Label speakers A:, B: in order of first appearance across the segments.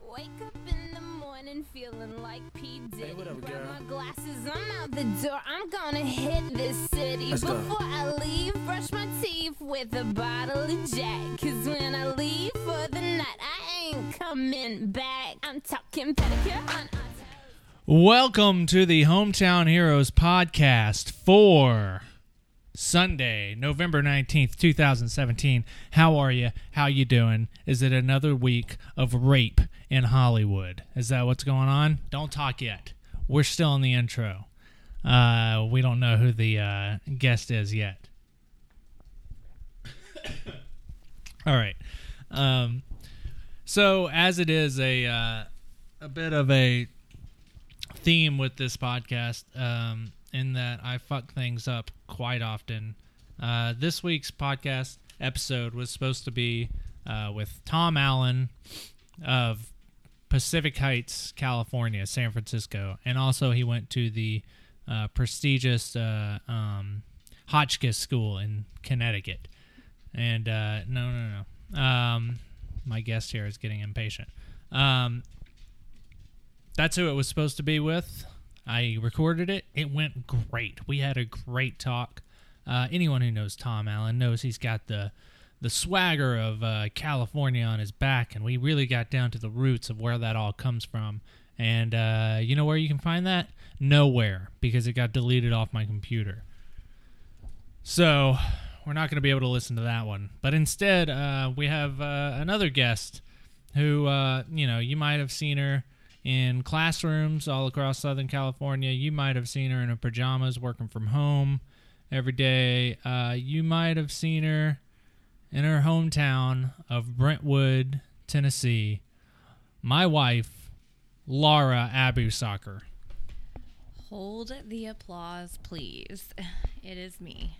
A: Wake up in the morning feeling like P. Diddy.
B: Hey, what up,
A: Grab
B: girl?
A: my glasses, I'm out the door. I'm gonna hit this city.
B: Let's go.
A: Before I leave, brush my teeth with a bottle of Jack. Cause when I leave for the night, I ain't coming back. I'm talking pedicure on our
C: Welcome to the Hometown Heroes podcast for Sunday, November 19th, 2017. How are you? How you doing? Is it another week of rape in Hollywood? Is that what's going on? Don't talk yet. We're still in the intro. Uh, we don't know who the uh, guest is yet. All right. Um, so as it is a uh, a bit of a theme with this podcast um, in that I fuck things up quite often. Uh, this week's podcast episode was supposed to be uh, with Tom Allen of Pacific Heights, California, San Francisco, and also he went to the uh, prestigious uh, um, Hotchkiss School in Connecticut. And uh, no, no, no. Um, my guest here is getting impatient. Um, that's who it was supposed to be with. I recorded it. It went great. We had a great talk. Uh, anyone who knows Tom Allen knows he's got the the swagger of uh, California on his back, and we really got down to the roots of where that all comes from. And uh, you know where you can find that? Nowhere, because it got deleted off my computer. So we're not going to be able to listen to that one. But instead, uh, we have uh, another guest who, uh, you know, you might have seen her in classrooms all across Southern California. You might have seen her in her pajamas working from home every day. Uh, you might have seen her in her hometown of Brentwood, Tennessee. My wife, Laura Abu Soccer.
D: Hold the applause, please. It is me.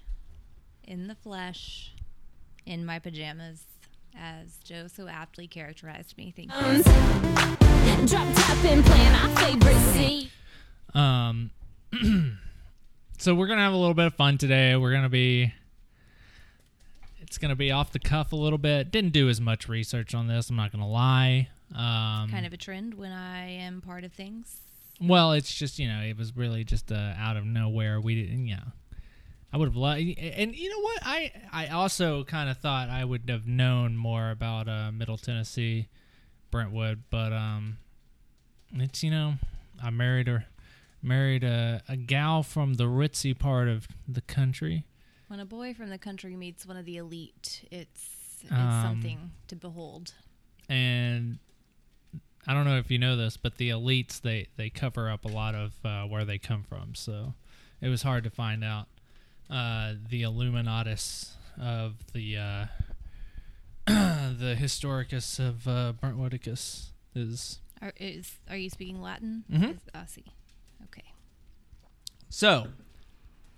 D: In the flesh, in my pajamas, as Joe so aptly characterized me. Thank you.
A: phones. Drop top and playing our favorite scene.
C: Um, so we're gonna have a little bit of fun today. We're gonna be, it's gonna be off the cuff a little bit. Didn't do as much research on this. I'm not gonna lie. Um,
D: Kind of a trend when I am part of things.
C: well, it's just you know it was really just uh, out of nowhere. We didn't, you know. I would have loved, and you know what? I I also kind of thought I would have known more about uh, Middle Tennessee, Brentwood, but um, it's you know, I married her, married a a gal from the ritzy part of the country.
D: When a boy from the country meets one of the elite, it's it's
C: Um,
D: something to behold.
C: and I don't know if you know this, but the elites they they cover up a lot of uh, where they come from, so it was hard to find out uh, the Illuminatus of the uh, the Historicus of uh, Brentwoodicus is.
D: Are is are you speaking Latin?
C: Mhm.
D: Is- I see. Okay.
C: So,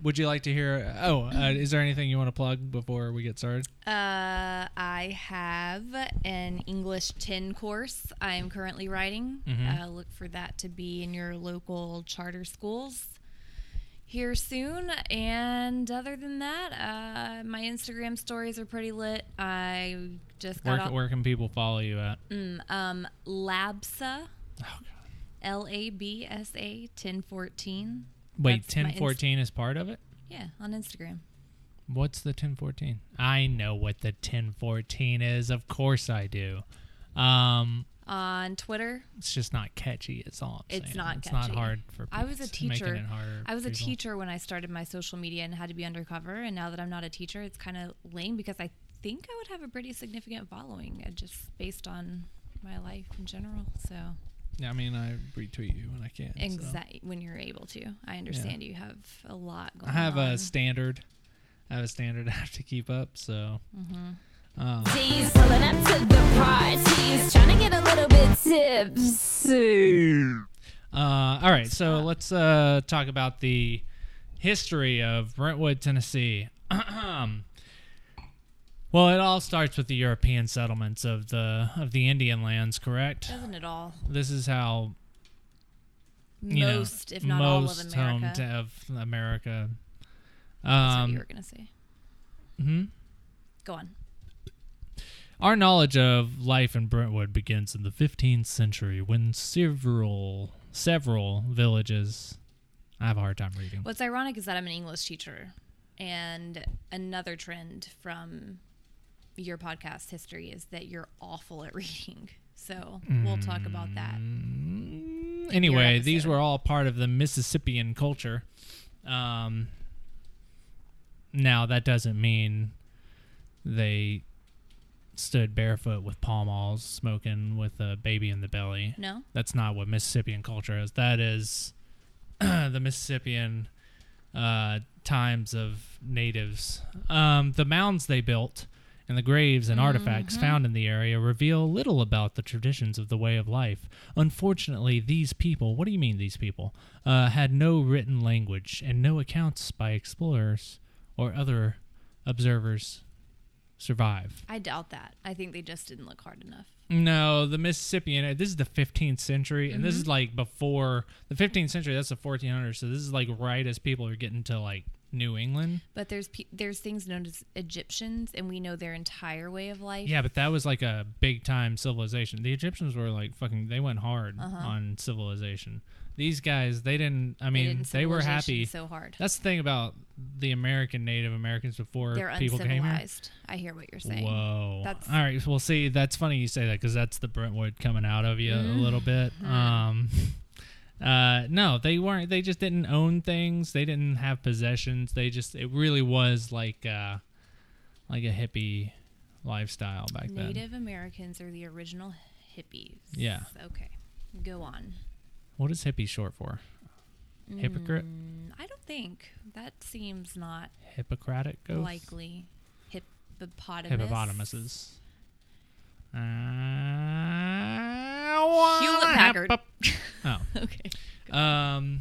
C: would you like to hear? Oh, uh, is there anything you want to plug before we get started?
D: Uh, I have an English 10 course I'm currently writing. Uh, look for that to be in your local charter schools here soon. And other than that, uh, my Instagram stories are pretty lit. I just got
C: Where,
D: off
C: where can people follow you at?
D: um, Labsa. Mm. L A B S A 1014.
C: Wait,
D: that's my
C: ten
D: Inst-
C: fourteen is part of it.
D: Yeah, on Instagram.
C: What's the 1014? I know what the 1014 is. Of course I do. Um,
D: On Twitter,
C: it's just not catchy. It's all I'm
D: It's
C: saying.
D: not
C: It's not
D: catchy.
C: hard for people.
D: I was a
C: It's making
D: teacher.
C: it harder
D: I was
C: for
D: a
C: people.
D: teacher when I started my social media and had to be undercover. And now that I'm not a teacher, it's kind of lame because I think I would have a pretty significant following uh, just based on my life in general. So,
C: Yeah, I mean, I retweet you when I can. so.
D: exactly when you're able to, I understand you have a lot going
C: I have
D: on.
C: a standard. I have a standard I have to keep up. So
A: D's pulling up to the parties, trying to get a little bit tipsy.
C: Uh, all right, so let's uh, talk about the history of Brentwood, Tennessee. well, it all starts with the European settlements of the of the Indian lands, correct?
D: doesn't it all?
C: This is how you
D: Most,
C: know,
D: if not all, of
C: most
D: America.
C: home to of America.
D: That's what you
C: Um,
D: were gonna say.
C: mhm.
D: Go on.
C: Our knowledge of life in Brentwood begins in the 15th century when several several villages. I have a hard time reading.
D: What's ironic is that I'm an English teacher, and another trend from your podcast history is that you're awful at reading. So we'll talk about that.
C: Mm. anyway,
D: episode.
C: these were all part of the Mississippian culture. Um, now that doesn't mean they stood barefoot with palm malls, smoking with a baby in the belly.
D: No,
C: That's not what Mississippian culture is. That is the Mississippian uh, times of natives. Um, the mounds they built and the graves and artifacts found in the area reveal little about the traditions of the way of life. Unfortunately, these people what do you mean, these people? Uh, had no written language and no accounts by explorers or other observers survive.
D: I doubt that. I think they just didn't look hard enough.
C: No, the Mississippian. This is the 15th century, and this is
D: Mm-hmm.
C: like before the 15th century. That's the 1400s. So this is like right as people are getting to like New England.
D: But there's pe- there's things known as Egyptians, and we know their entire way of life.
C: Yeah, but that was like a big time civilization. The Egyptians were like fucking. They went hard on civilization. These guys, they didn't. I
D: Uh-huh. They
C: mean,
D: didn't
C: they were
D: civilization
C: happy.
D: so hard.
C: That's the thing about the American Native Americans before
D: They're
C: people came here.
D: uncivilized. I hear what you're saying.
C: Whoa.
D: That's-
C: All right. Well, see, that's funny you say that because that's the Brentwood coming out of you
D: Mm-hmm.
C: a little bit. Um, uh, no, they weren't. They just didn't own things. They didn't have possessions. They just. It really was like, uh, like a hippie lifestyle back then.
D: Native Americans are the original hippies.
C: Yeah.
D: Okay. Go on.
C: What is hippie short for? Hypocrite.
D: Mm, I don't think that seems not
C: Hippocratic oath.
D: likely. Hippopotamus.
C: Hippopotamuses. Uh,
D: Hewlett Packard.
C: Oh.
D: Okay.
C: Um,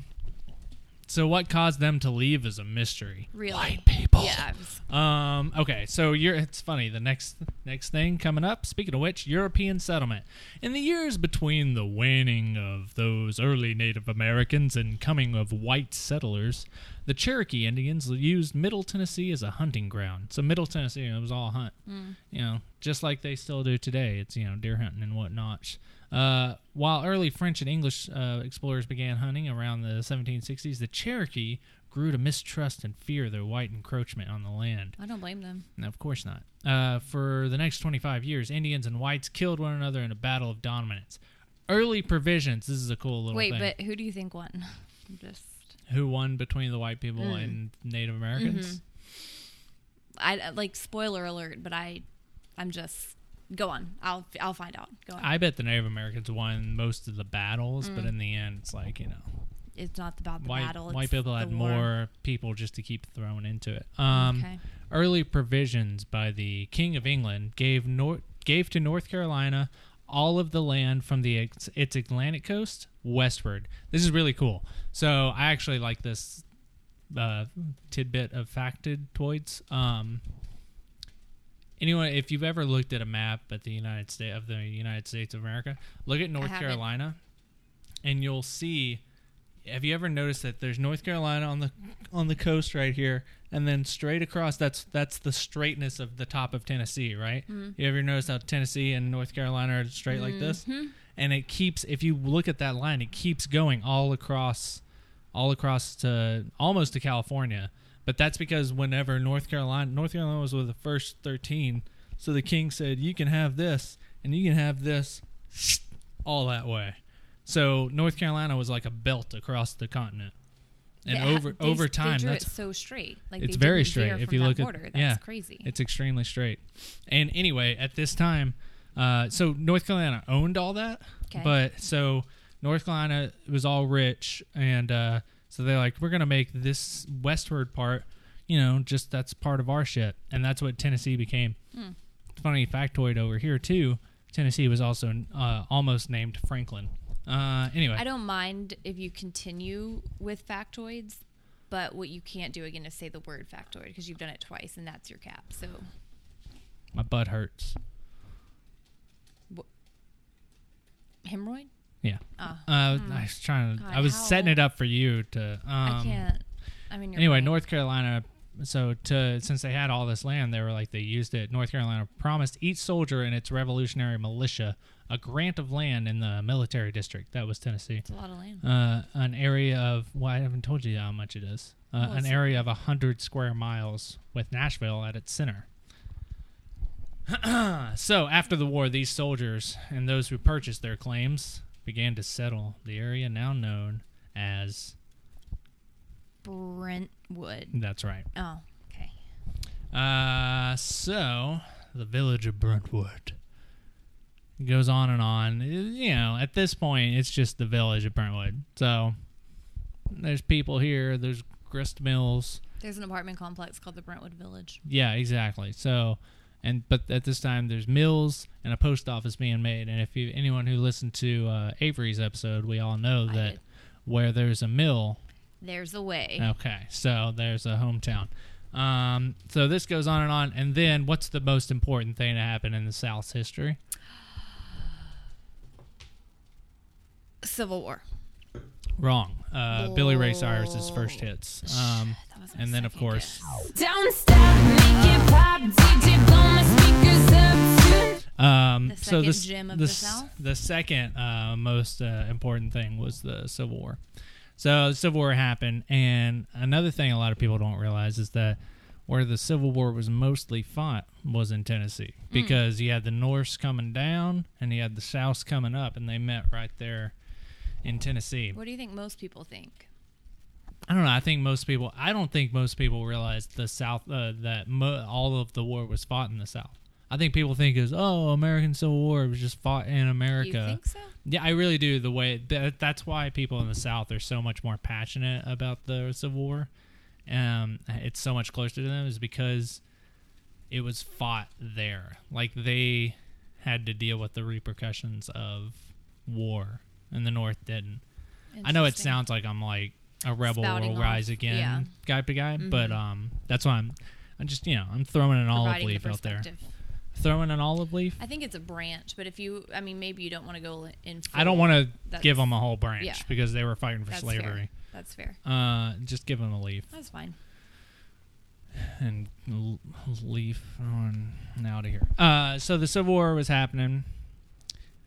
C: so what caused them to leave is a mystery.
D: Really?
C: White people.
D: Yeah. I was-
C: Um, okay, so you're, it's funny. The next next thing coming up. Speaking of which, European settlement. In the years between the waning of those early Native Americans and coming of white settlers, the Cherokee Indians used Middle Tennessee as a hunting ground. So Middle Tennessee, it was all hunt. You know, just like they still do today. It's you know deer hunting and whatnot. Uh, while early French and English uh, explorers began hunting around the 1760s, the Cherokee grew to mistrust and fear their white encroachment on the land.
D: I don't blame them.
C: No, of course not. Uh, for the next 25 years, Indians and whites killed one another in a battle of dominance. Early provisions. This is a cool little
D: Wait,
C: thing.
D: but who do you think won? I'm Just
C: Who won between the white people
D: Mm.
C: and Native
D: Mm-hmm.
C: Americans?
D: I like spoiler alert, but I, I'm just go on. I'll I'll find out. Go on.
C: I bet the Native Americans won most of the battles, but in the end, it's like you know,
D: it's not about Mm. the
C: white
D: battle.
C: white
D: it's
C: people
D: the
C: had
D: war.
C: more people just to keep thrown into it. Um,
D: Okay.
C: early provisions by the King of England gave North gave to North Carolina all of the land from the ex- its Atlantic coast westward. This is really cool. So I actually like this uh, tidbit of factoids. Um, anyone, if you've ever looked at a map at the United States of the United States of America, look at North
D: haven't.
C: Carolina, and you'll see. Have you ever noticed that there's North Carolina on the on the coast right here, and then straight across? That's that's the straightness of the top of Tennessee, right? You ever notice how Tennessee and North Carolina are straight like this? And it keeps. If you look at that line, it keeps going all across all across to almost to California. But that's because whenever North Carolina, North Carolina was with the first 13, so the king said, "You can have this, and you can have this, all that way." So North Carolina was like a belt across the continent, and
D: They ha-
C: over
D: they-
C: over
D: they
C: time,
D: drew
C: that's
D: it so straight. Like
C: it's
D: they
C: very
D: didn't veer
C: straight. If
D: from
C: you
D: that
C: look at
D: border. that's
C: yeah,
D: crazy.
C: It's extremely straight. And anyway, at this time, uh, so North Carolina owned all that,
D: 'Kay.
C: but so North Carolina was all rich, and uh, so they're like, we're gonna make this westward part, you know, just that's part of our shit, and that's what Tennessee became.
D: Hmm.
C: Funny factoid over here too. Tennessee was also uh, almost named Franklin. Uh, anyway,
D: I don't mind if you continue with factoids, but what you can't do again is say the word factoid because you've done it twice and that's your cap. So
C: my butt hurts.
D: hemorrhoid?
C: Yeah.
D: Oh.
C: Uh, I was trying to.
D: God,
C: I was
D: how?
C: setting it up for you to. Um,
D: I can't. I mean, you're
C: Anyway,
D: right.
C: North Carolina so to since they had all this land, they were like they used it. North Carolina promised each soldier in its Revolutionary Militia a grant of land in the military district. That was Tennessee.
D: It's a lot of land.
C: Uh, an area of well, I haven't told you how much it is. Uh,
D: Well,
C: an
D: it's-
C: area of hundred square miles, with Nashville at its center. so after the war, these soldiers and those who purchased their claims began to settle the area now known as.
D: Brentwood.
C: That's right.
D: Oh, okay.
C: Uh, so the village of Brentwood goes on and on. Uh, You know, at this point, it's just the village of Brentwood. So there's people here. There's grist mills.
D: There's an apartment complex called the Brentwood Village.
C: Yeah, exactly. So, and but at this time, there's mills and a post office being made. And if you anyone who listened to uh, Avery's episode, we all know
D: I
C: that
D: did.
C: where there's a mill,
D: There's a way.
C: Okay, so there's a hometown. Um, so this goes on and on, and then what's the most important thing to happen in the South's history?
D: Civil War.
C: Wrong. Uh, Billy Ray Cyrus's first hits, um,
D: that was my
C: and then of
D: second
C: course,
A: Don't stop, make it pop, DJ, blow my speakers up too.
C: um,
D: The
C: so
D: second
C: this
D: gem of
C: the
D: the
C: s-
D: South?
C: the second uh, most uh, important thing was the Civil War. So the Civil War happened, and another thing a lot of people don't realize is that where the Civil War was mostly fought was in Tennessee
D: Hmm.
C: because you had the Norse coming down and you had the South coming up, and they met right there in Tennessee.
D: What do you think most people think?
C: I don't know. I think most people. I don't think most people realize the South uh, that mo- all of the war was fought in the South. I think people think is oh, American Civil War was just fought in America.
D: You think so?
C: Yeah, I really do. The way that, that's why people in the South are so much more passionate about the Civil War. Um, it's so much closer to them is because it was fought there. Like they had to deal with the repercussions of war, and the North didn't. I know it
D: Interesting.
C: sounds like I'm like a rebel
D: Spouting
C: will
D: off,
C: rise again
D: yeah. Mm-hmm.
C: guy to guy, but um, that's why I'm. I'm just you know I'm throwing an olive
D: Providing the
C: leaf out there.
D: perspective.
C: Throwing an olive leaf.
D: I think it's a branch, but if you, I mean, maybe you don't want to go in. Full.
C: I don't want to
D: That's-
C: give them a whole branch
D: yeah.
C: because they were fighting for
D: That's
C: slavery.
D: Fair. That's fair.
C: Uh, just give them a leaf
D: That's fine.
C: and l- leaf on out of here. Uh, so the Civil War was happening,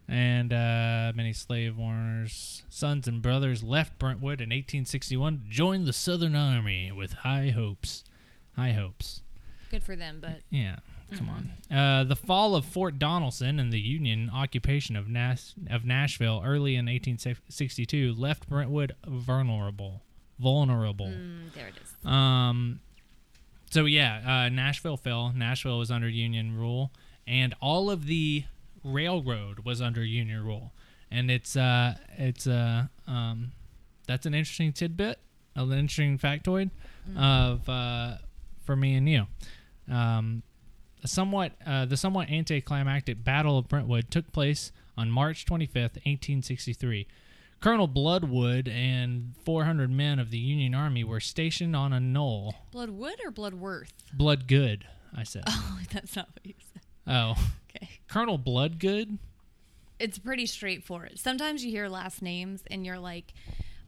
C: and uh, many slave owners, sons and brothers left Brentwood in 1861 to join the Southern Army with high hopes. High hopes.
D: Good for them, but
C: Yeah, come on. Uh, the fall of Fort Donelson and the Union occupation of Nas- of Nashville early in 1862 left Brentwood vulnerable. Vulnerable.
D: mm, there it is.
C: Um, so yeah, uh, Nashville fell. Nashville was under Union rule, and all of the railroad was under Union rule. And it's uh, it's uh, um, that's an interesting tidbit, an interesting factoid of uh, for me and you. Um, a somewhat uh, the somewhat anticlimactic Battle of Brentwood took place on March 25th, 1863. Colonel Bloodwood and 400 men of the Union Army were stationed on a knoll.
D: Bloodwood or Bloodworth?
C: Bloodgood, I said.
D: Oh, that's not what you said.
C: Oh,
D: Okay.
C: Colonel Bloodgood.
D: It's pretty straightforward. Sometimes you hear last names and you're like,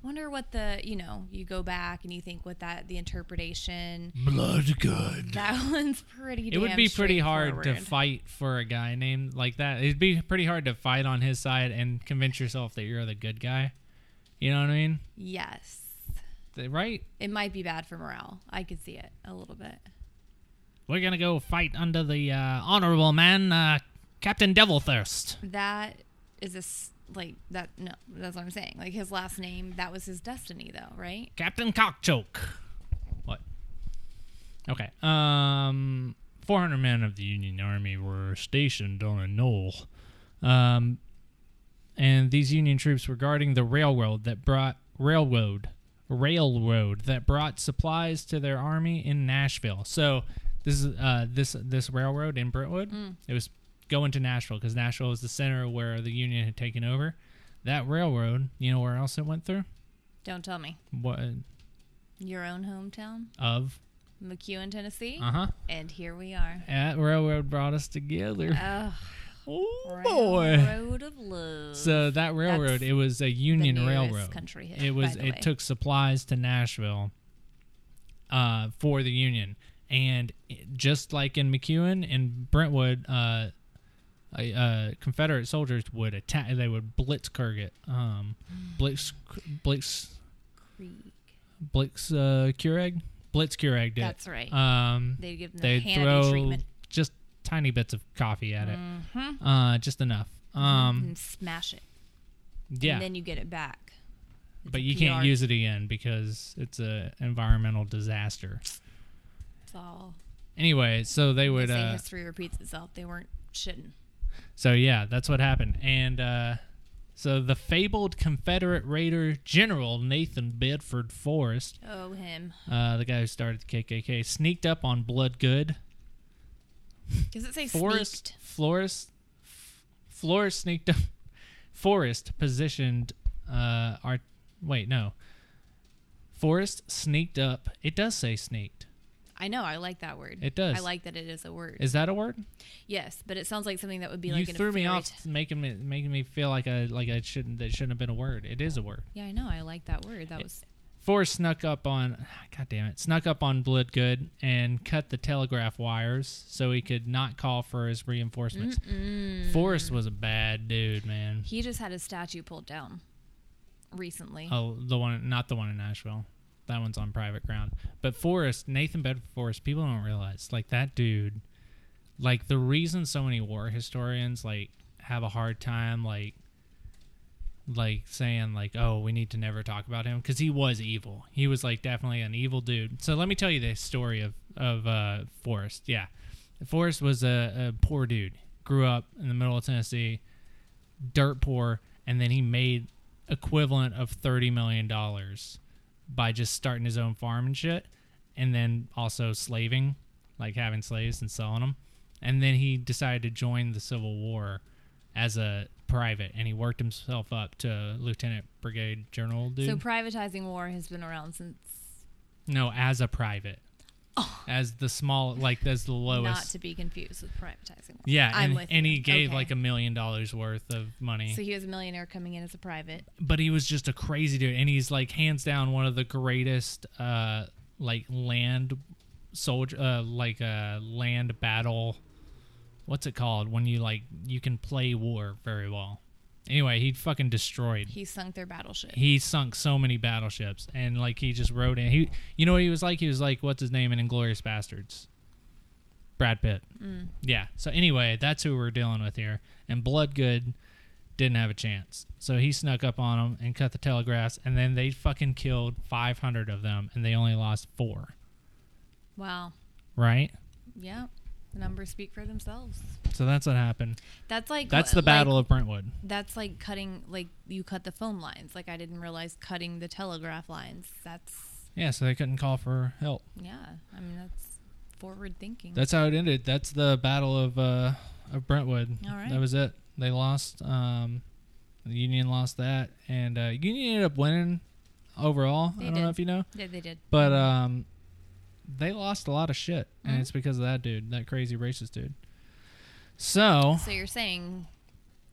D: wonder what the, you know, you go back and you think what that, the interpretation.
C: Bloodgood.
D: That one's pretty
C: It would
D: damn
C: be pretty hard to
D: straightforward.
C: fight for a guy named like that. It'd be pretty hard to fight on his side and convince yourself that you're the good guy. You know what I mean?
D: Yes.
C: Th- Right?
D: It might be bad for morale. I could see it a little bit.
C: We're gonna go fight under the uh, honorable man, uh, Captain Devilthirst.
D: That is a, s- like, that, no, that's what I'm saying. Like, his last name, that was his destiny, though, right?
C: Captain Cockchoke. What? Okay. Um, 400 men of the Union Army were stationed on a knoll. Um, and these Union troops were guarding the railroad that brought railroad railroad that brought supplies to their army in Nashville. So this is uh, this this railroad in Brentwood. It was going to Nashville because Nashville was the center where the Union had taken over. That railroad, you know where else it went through?
D: Don't tell me.
C: What
D: Your own hometown,
C: of?
D: McEwen, Tennessee.
C: Uh huh.
D: And here we are.
C: At railroad brought us together.
D: Oh,
C: oh boy.
D: Railroad of Love.
C: So that railroad,
D: That's
C: it was a
D: the
C: Union
D: newest
C: railroad.
D: Country hit,
C: It was.
D: by the
C: It
D: way.
C: took supplies to Nashville, uh, for the union. And it- just like in McEwen and Brentwood, uh, a- uh, Confederate soldiers would attack. They would blitzkrieg it, um, blitz, blitz, blitz, uh, Keurig, blitz Keurig did. it.
D: That's right.
C: Um,
D: They'd give them the
C: they
D: Hannity
C: throw
D: treatment Mm-hmm.
C: just tiny bits of coffee at it, uh, just enough. Um,
D: and smash it. Mm-hmm.
C: yeah,
D: And then you get it back.
C: but
D: a
C: you can't
D: PR.
C: use it again because it's a environmental disaster.
D: It's all.
C: Anyway, so they
D: They
C: would.
D: say
C: Uh,
D: history repeats itself. They weren't shitting.
C: so yeah, that's what happened. And uh, so the fabled Confederate raider general Nathan Bedford Forrest,
D: Oh, him.
C: uh, the guy who started the KKK, sneaked up on Bloodgood.
D: Does it say
C: Forrest,
D: sneaked?
C: Florist, Florist sneaked up. Forrest positioned. Uh, our wait no. Forrest sneaked up. It does say sneaked.
D: I know. I like that word.
C: It does.
D: I like that it is a word.
C: Is that a word?
D: yes, but it sounds like something that would be
C: you
D: like. in a
C: threw me
D: fairy
C: off,
D: t-
C: making me making me feel like I like I shouldn't that shouldn't have been a word. It is a word.
D: yeah, I know. I like that word. That was.
C: Forrest snuck up on, God damn it, snuck up on Bloodgood and cut the telegraph wires so he could not call for his reinforcements. Forrest was a bad dude, man.
D: He just had his statue pulled down recently.
C: Oh, the one, not the one in Nashville. That one's on private ground. But Forrest, Nathan Bedford Forrest, people don't realize like that dude. Like the reason so many war historians like have a hard time like like saying like oh we need to never talk about him because he was evil he was like definitely an evil dude so let me tell you the story of of uh forrest yeah forrest was a, a poor dude grew up in the middle of tennessee dirt poor and then he made equivalent of 30 million dollars by just starting his own farm and shit and then also slaving like having slaves and selling them and then he decided to join the civil war as a private and he worked himself up to lieutenant brigade general dude
D: So privatizing war has been around since
C: no as a private as the small like as the lowest
D: Oh. not to be confused with privatizing war.
C: yeah
D: I'm
C: and,
D: with
C: and
D: you.
C: he gave
D: Okay.
C: like a million dollars worth of money
D: So he was a millionaire coming in as a private.
C: but he was just a crazy dude and he's like hands down one of the greatest uh like land soldier uh like uh land battle what's it called when you like you can play war very well anyway he fucking destroyed
D: He sunk their battleship.
C: he sunk so many battleships and like he just rode in he you know what he was like he was like what's his name in inglorious bastards brad pitt yeah so anyway that's who we're dealing with here and bloodgood didn't have a chance so he snuck up on them and cut the telegraphs and then they fucking killed 500 of them and they only lost four
D: Wow.
C: right
D: Yeah. The numbers speak for themselves.
C: so that's what happened
D: That's like
C: that's the
D: like-
C: battle of brentwood
D: That's like cutting like you cut the phone lines. Like I didn't realize cutting the telegraph lines. That's
C: yeah so they couldn't call for help
D: yeah. I mean that's forward thinking.
C: That's how it ended. That's the battle of uh, of Brentwood.
D: All right.
C: That was it. They lost. Um, the Union lost that, and uh, Union ended up winning overall.
D: They
C: I don't know
D: did.
C: if you know,
D: yeah, they did.
C: but um, they lost a lot of shit,
D: Mm-hmm.
C: and it's because of that dude, that crazy racist dude. So
D: So you're saying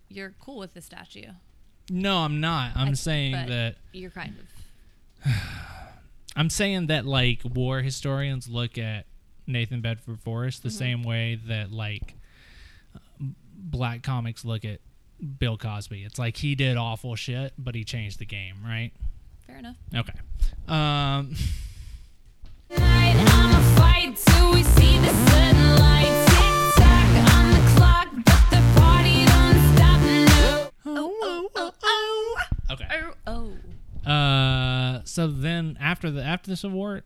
D: you're cool with the statue.
C: no, I'm not. I'm
D: I-
C: saying
D: but
C: that
D: You're kind of
C: I'm saying that like war historians look at Nathan Bedford Forrest the same way that like black comics look at Bill Cosby. It's like he did awful shit, but he changed the game, right?
D: fair enough.
C: Okay. Um
A: Night, I'ma fight till we see the sunlight. Tick tock on the clock, but the party don't stop now.
D: Oh oh oh
C: okay.
D: oh oh.
C: Uh so then after the after the Civil War,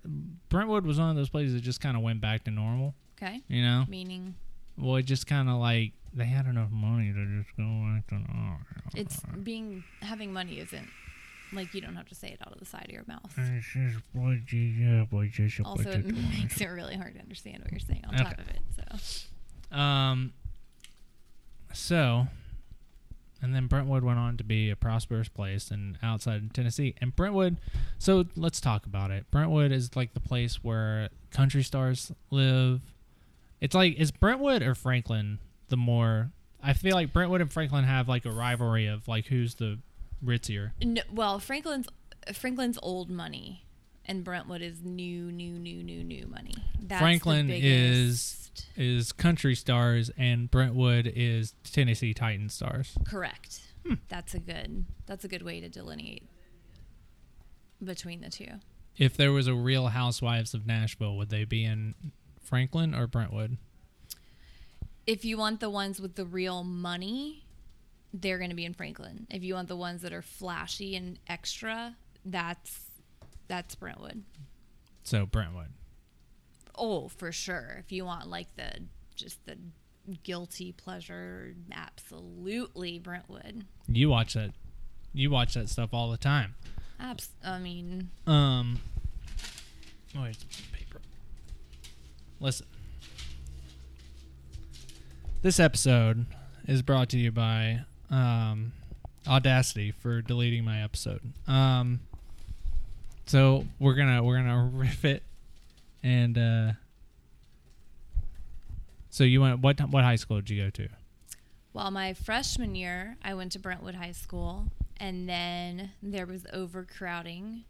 C: Brentwood was one of those places that just kind of went back to normal,
D: Okay.
C: you know?
D: Meaning
C: Well, it just kind of like they had enough money to just go back to normal.
D: it's being having money isn't like you don't have to say it out of the side of your mouth.
C: It's just what you- yeah, what you- what
D: Also,
C: you
D: it
C: do.
D: makes it really hard to understand what you're saying on top
C: Okay.
D: of it. So
C: Um, so, and then Brentwood went on to be a prosperous place and outside of Tennessee. And Brentwood, so let's talk about it. Brentwood is like the place where country stars live. It's like, is Brentwood or Franklin the more. I feel like Brentwood and Franklin have like a rivalry of like who's the ritzier.
D: no, well, Franklin's Franklin's old money and Brentwood is new, new, new, new, new money. That's the
C: Franklin is-
D: biggest-
C: Is Country Stars and Brentwood is Tennessee Titan Stars.
D: correct.
C: Hmm.
D: That's a good. That's a good way to delineate between the two.
C: If there was a Real Housewives of Nashville, would they be in Franklin or Brentwood?
D: If you want the ones with the real money, they're going to be in Franklin. If you want the ones that are flashy and extra, that's that's Brentwood.
C: So Brentwood.
D: Oh, for sure. If you want like the just the guilty pleasure, absolutely Brentwood.
C: You watch that. You watch that stuff all the time.
D: Abs- I mean,
C: Um. Oh, here's some paper. Listen. This episode is brought to you by um, Audacity for deleting my episode. Um, so we're gonna we're gonna riff it, and uh, so you went what what high school did you go to?
D: well, my freshman year, I went to Brentwood High School, and then there was overcrowding,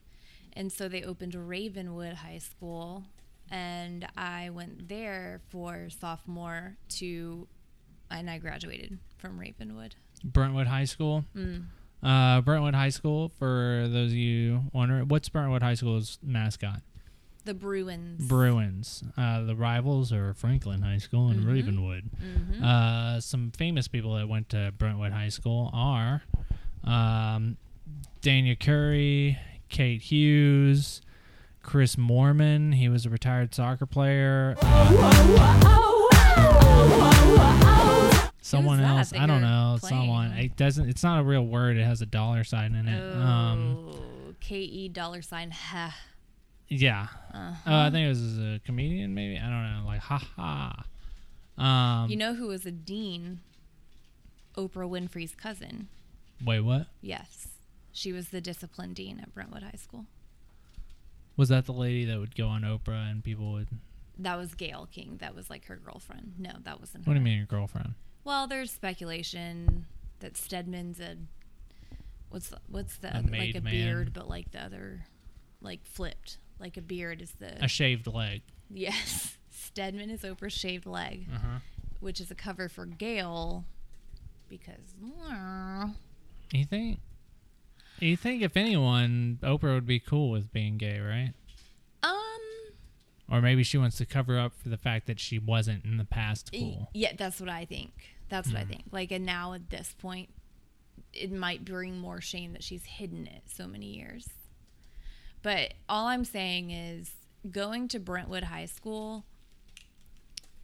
D: and so they opened Ravenwood High School, and I went there for sophomore to, and I graduated from Ravenwood.
C: Brentwood High School. Uh, Brentwood High School. For those of you wondering, what's Brentwood High School's mascot?
D: The Bruins.
C: Bruins. Uh, the rivals are Franklin High School
D: Mm-hmm.
C: and Ravenwood. Uh, some famous people that went to Brentwood High School are um, Dania Curry, Kate Hughes, Chris Mormon. He was a retired soccer player. Someone
D: that
C: else,
D: that
C: I
D: you're
C: don't know.
D: playing?
C: Someone. It doesn't. It's not a real word. It has a dollar sign in it. Um,
D: Oh, KE dollar sign. Ha.
C: yeah.
D: Uh-huh.
C: Uh, I think it was a comedian, maybe. I don't know. Like, ha ha. Um,
D: You know who was a dean? Oprah Winfrey's cousin.
C: wait, what?
D: Yes. She was the discipline dean at Brentwood High School.
C: Was that the lady that would go on Oprah and people would?
D: That was Gail King. That was like her girlfriend. No, that wasn't her.
C: What do you mean your girlfriend?
D: Well, there's speculation that Stedman's a what's the, what's the other, like
C: made
D: a
C: man.
D: beard, but like the other, like flipped. Like a beard is the
C: A shaved leg.
D: yes. Stedman is Oprah's shaved leg, which is a cover for Gail because
C: You think? You think if anyone, Oprah would be cool with being gay, right?
D: um
C: Or maybe she wants to cover up for the fact that she wasn't in the past
D: Y-
C: cool.
D: Yeah, that's what I think. That's what I think. Like, and now at this point, it might bring more shame that she's hidden it so many years. But all I'm saying is going to Brentwood High School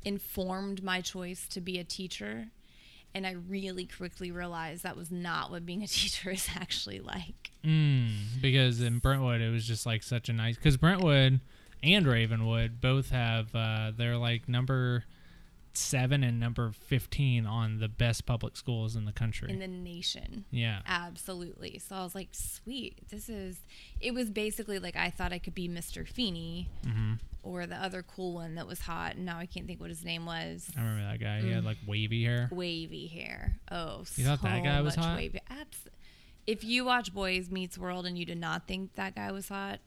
D: informed my choice to be a teacher. And I really quickly realized that was not what being a teacher is actually like.
C: Mm, because in Brentwood, it was just like such a nice. Because Brentwood and Ravenwood both have uh, they're like number seven and number fifteen on the best public schools in the country.
D: in the nation.
C: yeah.
D: Absolutely. So I was like, sweet. This is. It was basically like I thought I could be Mr. Feeney
C: Mm-hmm.
D: or the other cool one that was hot. And now I can't think what his name was.
C: I remember that guy.
D: Mm.
C: He had like wavy hair.
D: Wavy hair. Oh,
C: You thought
D: so
C: that guy was
D: much
C: hot?
D: Wavy. Abs- if you watch Boys Meets World and you did not think that guy was hot,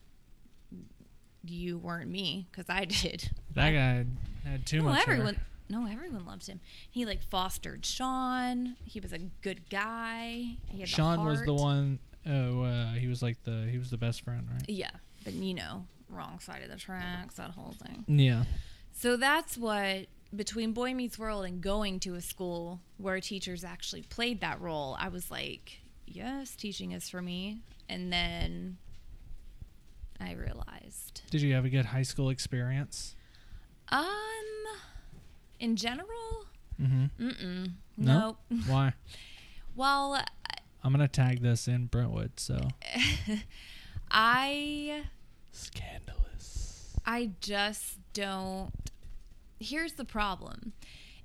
D: you weren't me because I did.
C: That guy had too
D: No,
C: much. hair.
D: everyone. No, everyone loved him. He like fostered Sean. He was a good guy. He had
C: Sean
D: the
C: was the
D: heart.
C: one. Oh, uh, he was like the he was the best friend, right?
D: Yeah, but you know, wrong side of the tracks, that whole thing.
C: Yeah.
D: So that's what between Boy Meets World and going to a school where teachers actually played that role, I was like, yes, teaching is for me. And then I realized,
C: Did you have a good high school experience?
D: um, in general, mm-mm,
C: No?
D: no.
C: Why?
D: Well,
C: I'm gonna tag this in Brentwood. So
D: I
C: scandalous.
D: I just don't. Here's the problem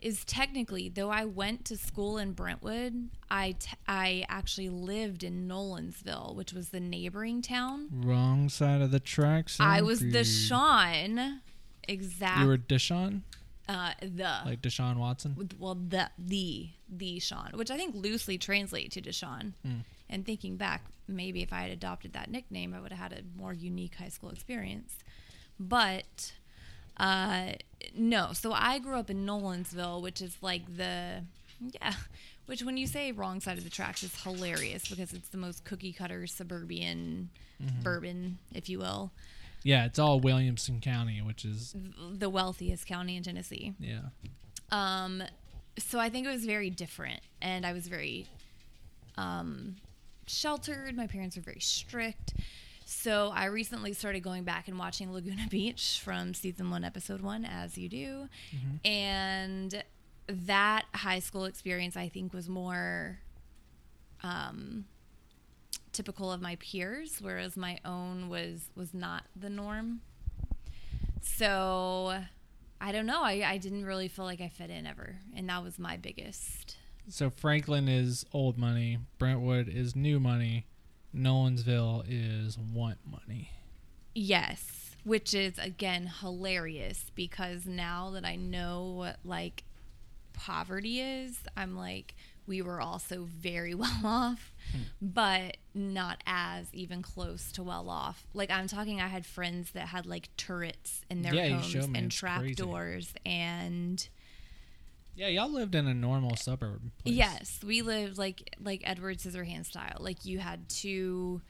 D: is technically though I went to school in Brentwood, I t- I actually lived in Nolansville, which was the neighboring town.
C: Wrong side of the tracks.
D: I was
C: thank
D: the
C: you.
D: Sean exact
C: You were Deshaun,
D: uh the
C: like Deshaun Watson.
D: with- well the the the Sean, which I think loosely translate to Deshaun. And thinking back, maybe if I had adopted that nickname, I would have had a more unique high school experience. But uh, no, so I grew up in Nolansville, which is like the yeah, which when you say wrong side of the tracks is hilarious because it's the most cookie cutter suburban bourbon, if you will,
C: Yeah, it's all Williamson County, which is
D: Mm-hmm. the wealthiest county in Tennessee.
C: yeah.
D: Um, so I think it was very different, and I was very um, sheltered. My parents were very strict. So I recently started going back and watching Laguna Beach from season one, episode one, as you do, and that high school experience I think was more um, typical of my peers, whereas my own was was not the norm. So I don't know. I, I didn't really feel like I fit in ever. And that was my biggest.
C: So Franklin is old money, Brentwood is new money, Nolansville is want money.
D: Yes. Which is, again, hilarious because now that I know what like poverty is, I'm like, we were also very well off,
C: Hmm.
D: but not as even close to well off. Like, I'm talking, I had friends that had like turrets in their
C: Yeah, you
D: homes
C: showed me.
D: and
C: It's crazy.
D: trapdoors and.
C: Yeah, y'all lived in a normal suburb. Place.
D: Yes, we lived like like Edward Scissorhands style. Like you had two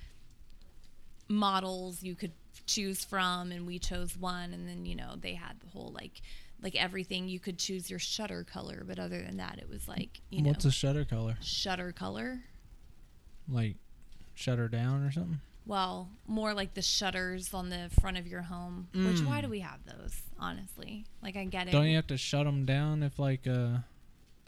D: models you could choose from, and we chose one. And then you know they had the whole like like everything you could choose your shutter color. But other than that, it was like you
C: What's
D: know
C: a shutter color?
D: shutter color.
C: Like shutter down or something?
D: Well, more like the shutters on the front of your home. Which why do we have those? Honestly, like I get it.
C: Mm. Don't you have to shut them down if like uh, a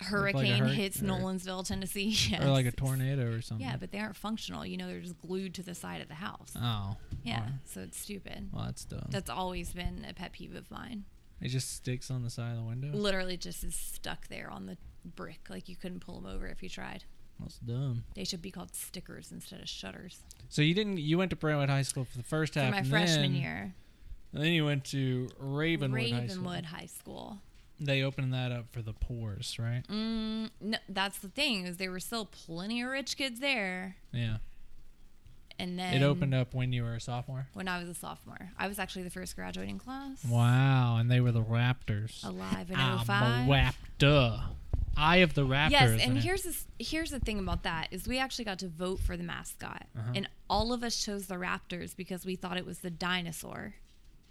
D: hurricane
C: hurri-
D: hits
C: or-
D: Nolansville, Tennessee. Yes.
C: or like a tornado or something?
D: Yeah, but they aren't functional. You know, they're just glued to the side of the house.
C: oh,
D: Yeah,
C: alright.
D: so it's stupid.
C: Well, that's dumb.
D: That's always been a pet peeve of mine.
C: it just sticks on the side of the window.
D: Literally just is stuck there on the brick. Like you couldn't pull them over if you tried.
C: That's dumb.
D: They should be called stickers instead of shutters.
C: So you didn't. You went to Brentwood High School for the first half.
D: For my
C: and
D: freshman
C: then-
D: year,
C: And then you went to Ravenwood, High School.
D: Ravenwood High School.
C: They opened that up for the poorest, right?
D: Mm, no, that's the thing is there were still plenty of rich kids there.
C: Yeah.
D: And then
C: It opened up when you were a sophomore.
D: when I was a sophomore. I was actually the first graduating class.
C: Wow, Ah, and they were the Raptors.
D: Alive in 05.
C: I'm a raptor. Eye of the Raptor.
D: Yes,
C: isn't
D: and
C: it?
D: here's this, here's the thing about that is we actually got to vote for the mascot,
C: Uh-huh.
D: and all of us chose the Raptors because we thought it was the dinosaur.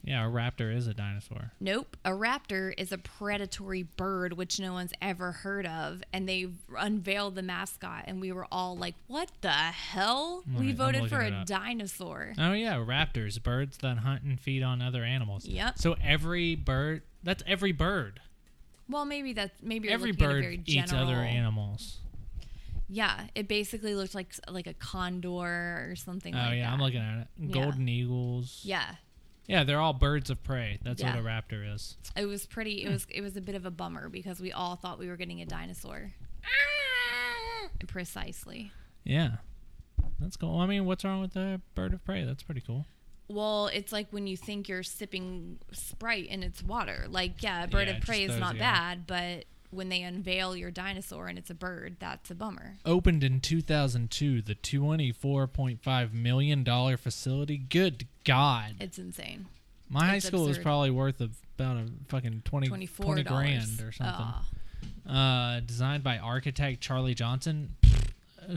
C: yeah, a raptor is a dinosaur.
D: Nope, a raptor is a predatory bird which no one's ever heard of, and they unveiled the mascot, and we were all like, "What the hell?"
C: Let me-
D: we
C: I'm
D: voted for
C: looking it
D: a
C: up.
D: dinosaur.
C: Oh yeah, raptors, birds that hunt and feed on other animals.
D: Yep.
C: So every bird, that's every bird.
D: Well, maybe that's maybe you're
C: every
D: looking at a
C: bird
D: very
C: eats
D: general-
C: other animals.
D: Yeah, it basically looked like like a condor or something.
C: Oh
D: like
C: yeah,
D: that.
C: I'm looking at it. Golden eagles.
D: Yeah,
C: Yeah, they're all birds of prey. That's
D: Yeah.
C: what a raptor is.
D: it was pretty. It
C: Hmm.
D: was it was a bit of a bummer because we all thought we were getting a dinosaur.
C: Ah!
D: Precisely.
C: Yeah. That's cool. I mean, what's wrong with a bird of prey? That's pretty cool.
D: Well, it's like when you think you're sipping Sprite in its water. Like, yeah, a bird
C: Yeah,
D: of
C: it
D: prey
C: just
D: is
C: throws
D: not
C: you off.
D: bad, but when they unveil your dinosaur and it's a bird, that's a bummer.
C: Opened in 2002, the 24.5 million dollar facility. Good God!
D: It's insane.
C: My high
D: it's
C: school was
D: absurd.
C: probably worth of about a fucking 20,
D: 24
C: 20 grand or something.
D: Oh,
C: Uh, designed by architect Charlie Johnson. Pfft,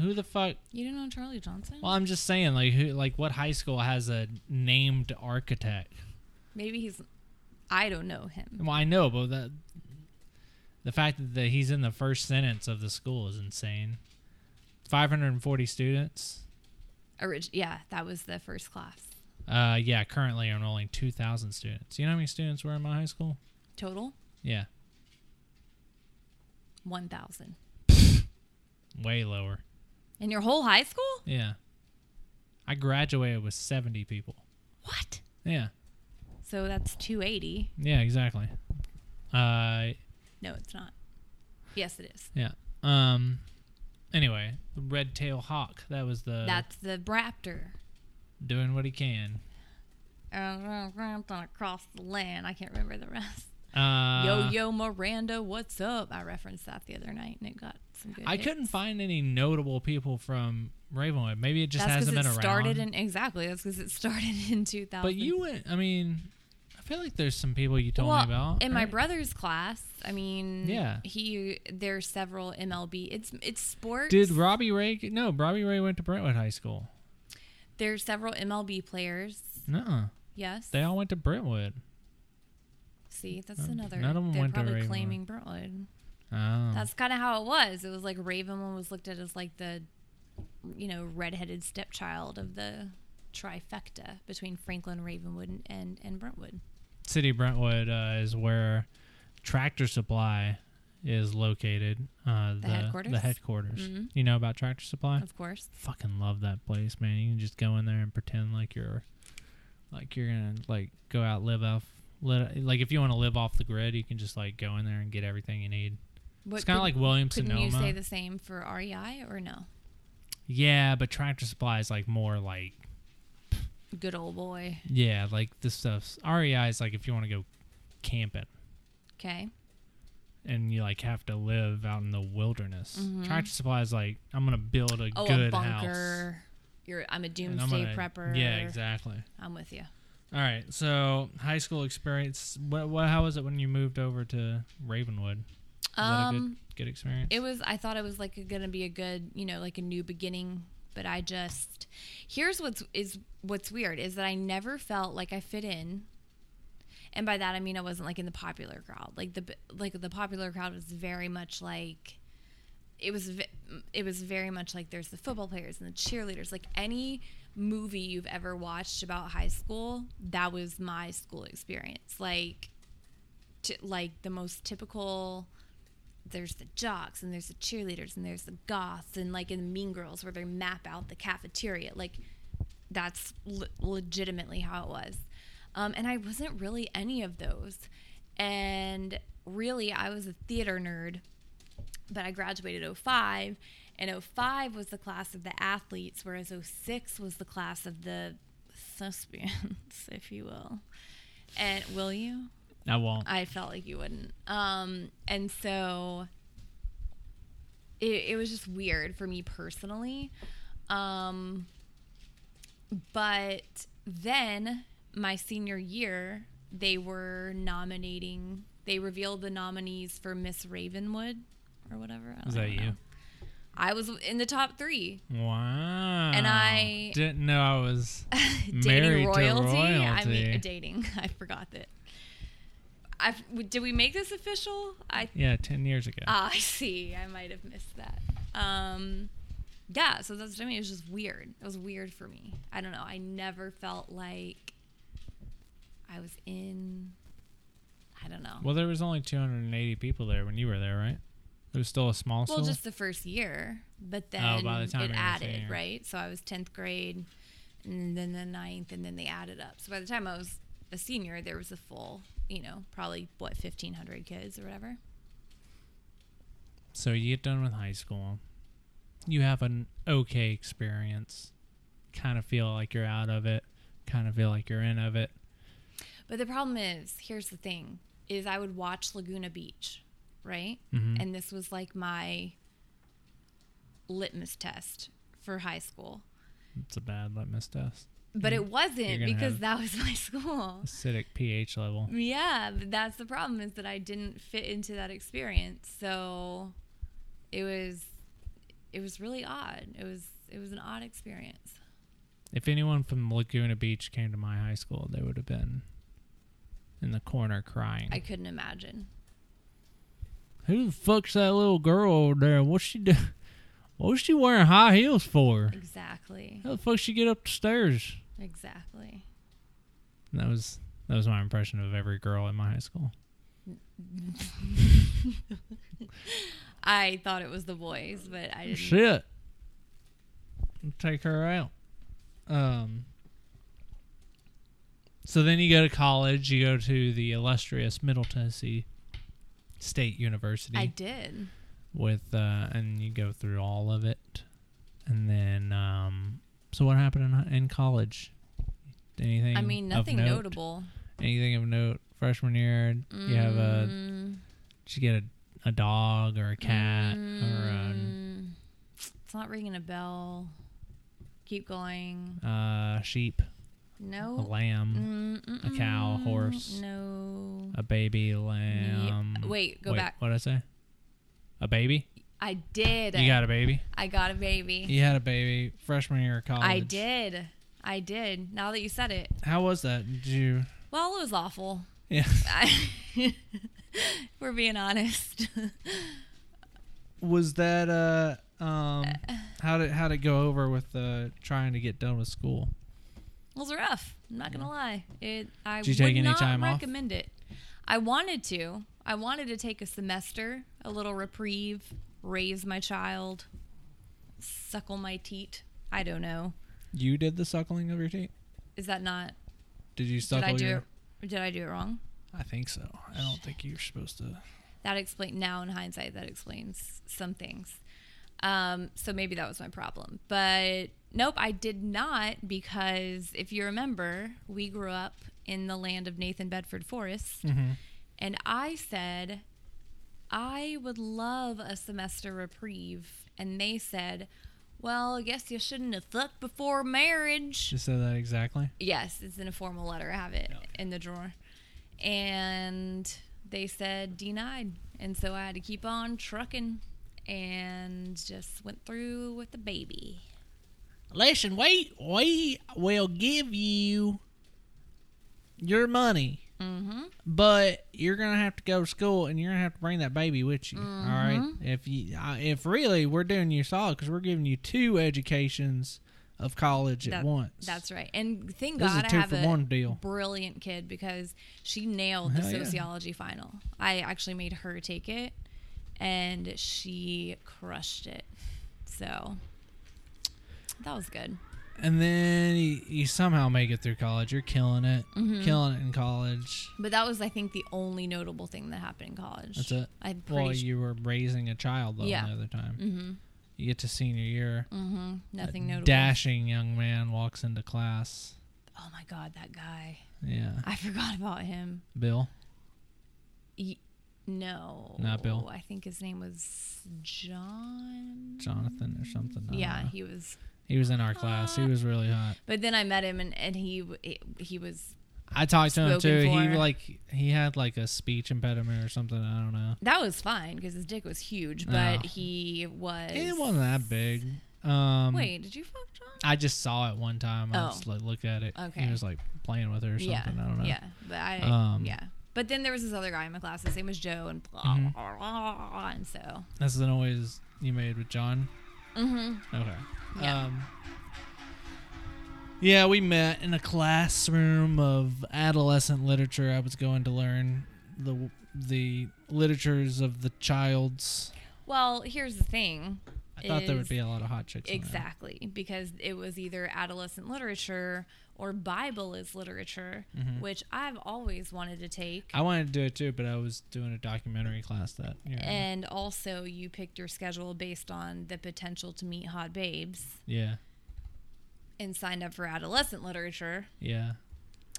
C: Who the fuck?
D: you didn't know Charlie Johnson?
C: Well, I'm just saying, like, who, like, what high school has a named architect?
D: Maybe he's. I don't know him.
C: Well, I know, but that the fact that, that he's in the first sentence of the school is insane. 540 students.
D: Orig- yeah, that was the first class
C: Uh, yeah, currently enrolling 2,000 students. You know how many students were in my high school?
D: total.
C: Yeah,
D: 1,000.
C: way lower.
D: In your whole high school?
C: Yeah, I graduated with 70 people.
D: What?
C: Yeah,
D: So that's 280.
C: yeah, exactly. Uh,
D: No, it's not. Yes, it is.
C: yeah. Um. Anyway, the red tail hawk. That was the
D: That's the raptor.
C: doing what he can.
D: Uh, across the land. I can't remember the rest.
C: Uh,
D: Yo Yo Miranda, what's up? I referenced that the other night and it got some good.
C: I
D: hits.
C: couldn't find any notable people from Ravenwood. Maybe it just
D: That's
C: hasn't
D: it
C: been around.
D: started in exactly. That's because it started in 2000.
C: but you went. I mean, I feel like there's some people you told
D: well,
C: me about.
D: in my
C: right?
D: brother's class. I mean,
C: Yeah.
D: he there's several MLB. It's it's sports.
C: Did Robbie Ray? No, Robbie Ray went to Brentwood High School.
D: there's several MLB players?
C: No,
D: Yes.
C: they all went to Brentwood.
D: See, that's another.
C: none of 'em
D: they're
C: went to
D: probably
C: Ravenwood.
D: claiming Brentwood.
C: Oh,
D: That's kind of how it was. It was like Ravenwood was looked at as like the, you know, redheaded stepchild of the trifecta between Franklin, Ravenwood, and and, and Brentwood.
C: City Brentwood uh, is where Tractor Supply is located. Uh, the,
D: headquarters? Mm-hmm.
C: The headquarters. You know about Tractor Supply?
D: Of course,
C: fucking love that place, man. You can just go in there and pretend like you're, like you're gonna like go out live off. Let, like if you want to live off the grid, you can just like go in there and get everything you need.
D: What-
C: it's kind of like
D: couldn't-
C: Williams
D: Couldn't
C: Sonoma.
D: you say the same for REI or no?
C: Yeah, but Tractor Supply is like more like
D: Good old boy.
C: yeah, like this stuff's REI is like if you want to go camping
D: Okay.
C: and you like have to live out in the wilderness. Tractor Supply is like I'm gonna build a
D: Mm-hmm. Oh,
C: good
D: a
C: house.
D: bunker. You're. I'm a
C: and I'm
D: doomsday
C: gonna-
D: prepper.
C: Yeah, exactly.
D: I'm with you.
C: All right, so high school experience. What, what how was it when you moved over to Ravenwood? Was that a
D: Um,
C: good, good experience?
D: It was. I thought it was like going to be a good, you know, like a new beginning. But I just here's what's is what's weird is that I never felt like I fit in, and by that I mean I wasn't like in the popular crowd. Like the b- like the popular crowd was very much like it was v- it was very much like there's the football players and the cheerleaders. Like any movie you've ever watched about high school, that was my school experience. Like t- like the most typical there's the jocks and there's the cheerleaders and there's the goths and like in the mean girls where they map out the cafeteria like that's le- legitimately how it was um, and i wasn't really any of those and really i was a theater nerd but i graduated 05 and 05 was the class of the athletes whereas 06 was the class of the thespians if you will and will you
C: I won't.
D: I felt like you wouldn't. Um, and so it, it was just weird for me personally. Um, but then my senior year, they were nominating, they revealed the nominees for Miss Ravenwood or whatever. I
C: was
D: don't
C: that
D: know.
C: you?
D: I was in the top three.
C: Wow.
D: I-
C: didn't know I was married
D: dating royalty.
C: to royalty.
D: I mean, dating. I forgot that. I did we make this official? I
C: yeah, ten years ago.
D: Ah, I see. I might have missed that. Um, yeah, so that's what I mean. It was just weird. It was weird for me. I don't know. I never felt like I was in. I don't know. Well,
C: well, there was only 280 people there when you were there, right? It was still a small school.
D: just the first year, but then
C: Oh, by the time
D: it
C: you were
D: added,
C: senior.
D: right? So I was 10th grade, and then the ninth, and then they added up. So by the time I was a senior, there was a full, you know, probably what, 1,500 kids or whatever.
C: so you get done with high school, you have an okay experience. Kind of feel like you're out of it. Kind of feel like you're in of it.
D: But the problem is, here's the thing: is I would watch Laguna Beach, right?
C: Mm-hmm.
D: And this was like my litmus test for high school.
C: It's a bad litmus test.
D: But it
C: Mm-hmm. You're
D: wasn't
C: gonna
D: because
C: have-
D: that was my school.
C: Acidic pH level.
D: Yeah, but that's the problem is that I didn't fit into that experience. So it was it was really odd. It was it was an odd experience.
C: If anyone from Laguna Beach came to my high school, they would have been in the corner crying.
D: I couldn't imagine.
C: Who the fuck's that little girl over there? What's she do? What's she wearing high heels for?
D: Exactly.
C: How the fuck she get up the stairs?
D: Exactly.
C: And that was that was my impression of every girl in my high school.
D: I thought it was the boys, but I didn't
C: Shit. Take her out. Um. So then you go to college. You go to the illustrious Middle Tennessee State University.
D: I did.
C: with uh, and you go through all of it, and then um, so what happened in, in college? Anything?
D: I mean,
C: of
D: nothing
C: note?
D: notable.
C: Anything of note freshman year. You have a
D: Mm,
C: did you get a, a dog or a cat or an,
D: mm, it's not ringing a bell. Keep going.
C: uh, sheep, a
D: No.
C: lamb,
D: Mm,
C: a cow,
D: mm,
C: horse. Um,
D: No.
C: a baby lamb.
D: Wait, go back.
C: What did I say? A baby?
D: I did.
C: You got a baby?
D: I got a baby.
C: You had a baby freshman year of college.
D: I did. I did. Now that you said it.
C: How was that? Did you?
D: Well, it was awful.
C: Yeah.
D: I, we're being honest.
C: Was that uh um how did how did it go over with uh trying to get done with school?
D: It was rough. I'm not gonna lie. It. I
C: Did you take
D: would
C: any
D: not
C: time off?
D: recommend it. I wanted to. I wanted to take a semester, a little reprieve, raise my child, suckle my teat. I don't know.
C: You did the suckling of your teeth.
D: Is that not?
C: Did you
D: Did
C: suckle
D: I do
C: your?
D: it? Did I do it wrong?
C: I think so. I don't think you're supposed to.
D: That explains now in hindsight. That explains some things. Um, so maybe that was my problem. But nope, I did not because if you remember, we grew up in the land of Nathan Bedford Forrest. And I said, I would love a semester reprieve. And they said, Well, I guess you shouldn't have fucked before marriage.
C: Just said that exactly.
D: Yes, it's in a formal letter. I have it in the drawer. And they said denied. And so I had to keep on trucking and just went through with the baby.
C: Listen, we we will give you your money,
D: Mm-hmm.
C: but you're gonna have to go to school, and you're gonna have to bring that baby with you. all right,
D: Mm-hmm.
C: if you I- if really we're doing you solid because we're giving you two educations of college at
D: That-
C: once.
D: That's right. And thank
C: This is
D: God
C: a
D: I
C: two
D: have
C: for
D: a
C: one deal.
D: brilliant kid because she nailed the
C: Hell yeah.
D: sociology final. I actually made her take it and she crushed it. So that was good.
C: and then you, you somehow make it through college. You're killing it,
D: Mm-hmm.
C: killing it in college.
D: But that was I think the only notable thing that happened in college.
C: That's it.
D: I'm pretty
C: Well,
D: sure
C: you were raising a child though
D: Yeah.
C: the other time. Mm-hmm. You get to senior year.
D: nothing notable.
C: dashing young man walks into class.
D: Oh my god, that guy.
C: Yeah,
D: I forgot about him.
C: Bill.
D: Y- no.
C: Not Bill.
D: I think his name was John.
C: Jonathan or something. I don't
D: Yeah, Uh,
C: know.
D: he was
C: he was in our class. He was really hot.
D: But then I met him, and, and he w- he was
C: I talked to him too.
D: Spoken
C: He
D: for.
C: like he had like a speech impediment or something. I don't know.
D: that was fine because his dick was huge, but
C: Oh.
D: he was.
C: It wasn't that big. Um,
D: Wait, did you fuck John?
C: I just saw it one time. I
D: Oh.
C: just like looked at it.
D: Okay.
C: He was like playing with her or something.
D: yeah,
C: I don't know.
D: yeah, but I
C: Um,
D: yeah. But then there was this other guy in my class. His name was Joe, and blah
C: Mm-hmm.
D: blah, blah, blah, and so
C: That's the noise you made with John. Mm-hmm. Okay.
D: Yeah.
C: Um, yeah, we met in a classroom of adolescent literature. I was going to learn the the literatures of the child's.
D: well, here's the thing.
C: I thought there would
D: is-
C: be a lot of hot chicks. in there.
D: Exactly, because it was either adolescent literature or Bible is literature,
C: Mm-hmm.
D: which I've always wanted to take.
C: I wanted to do it too, but I was doing a documentary class that. You know,
D: and also, you picked your schedule based on the potential to meet hot babes.
C: yeah,
D: and signed up for adolescent literature.
C: yeah.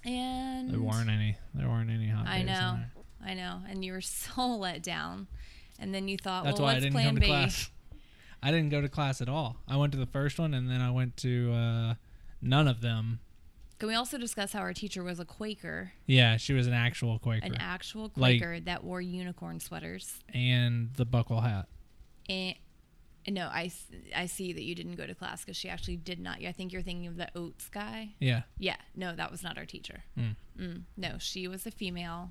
D: And
C: There weren't any. There weren't any hot.
D: Mm. I
C: babes in
D: know,
C: there.
D: I know. And you were so let down. And then you thought,
C: That's
D: Oh, well,
C: why I
D: what's
C: didn't
D: plan
C: come to
D: B?
C: class. I didn't go to class at all. I went to the first one, and then I went to uh, none of them.
D: Can we also discuss how our teacher was a Quaker,
C: Yeah, she was an actual Quaker,
D: an actual
C: Like-
D: Quaker that wore unicorn sweaters?
C: and the buckle hat.
D: And no, I, s- I see that you didn't go to class because she actually did not. I think you're thinking of the Oates guy.
C: Yeah,
D: Yeah, no, that was not our teacher.
C: Hmm.
D: Mm, no, she was a female.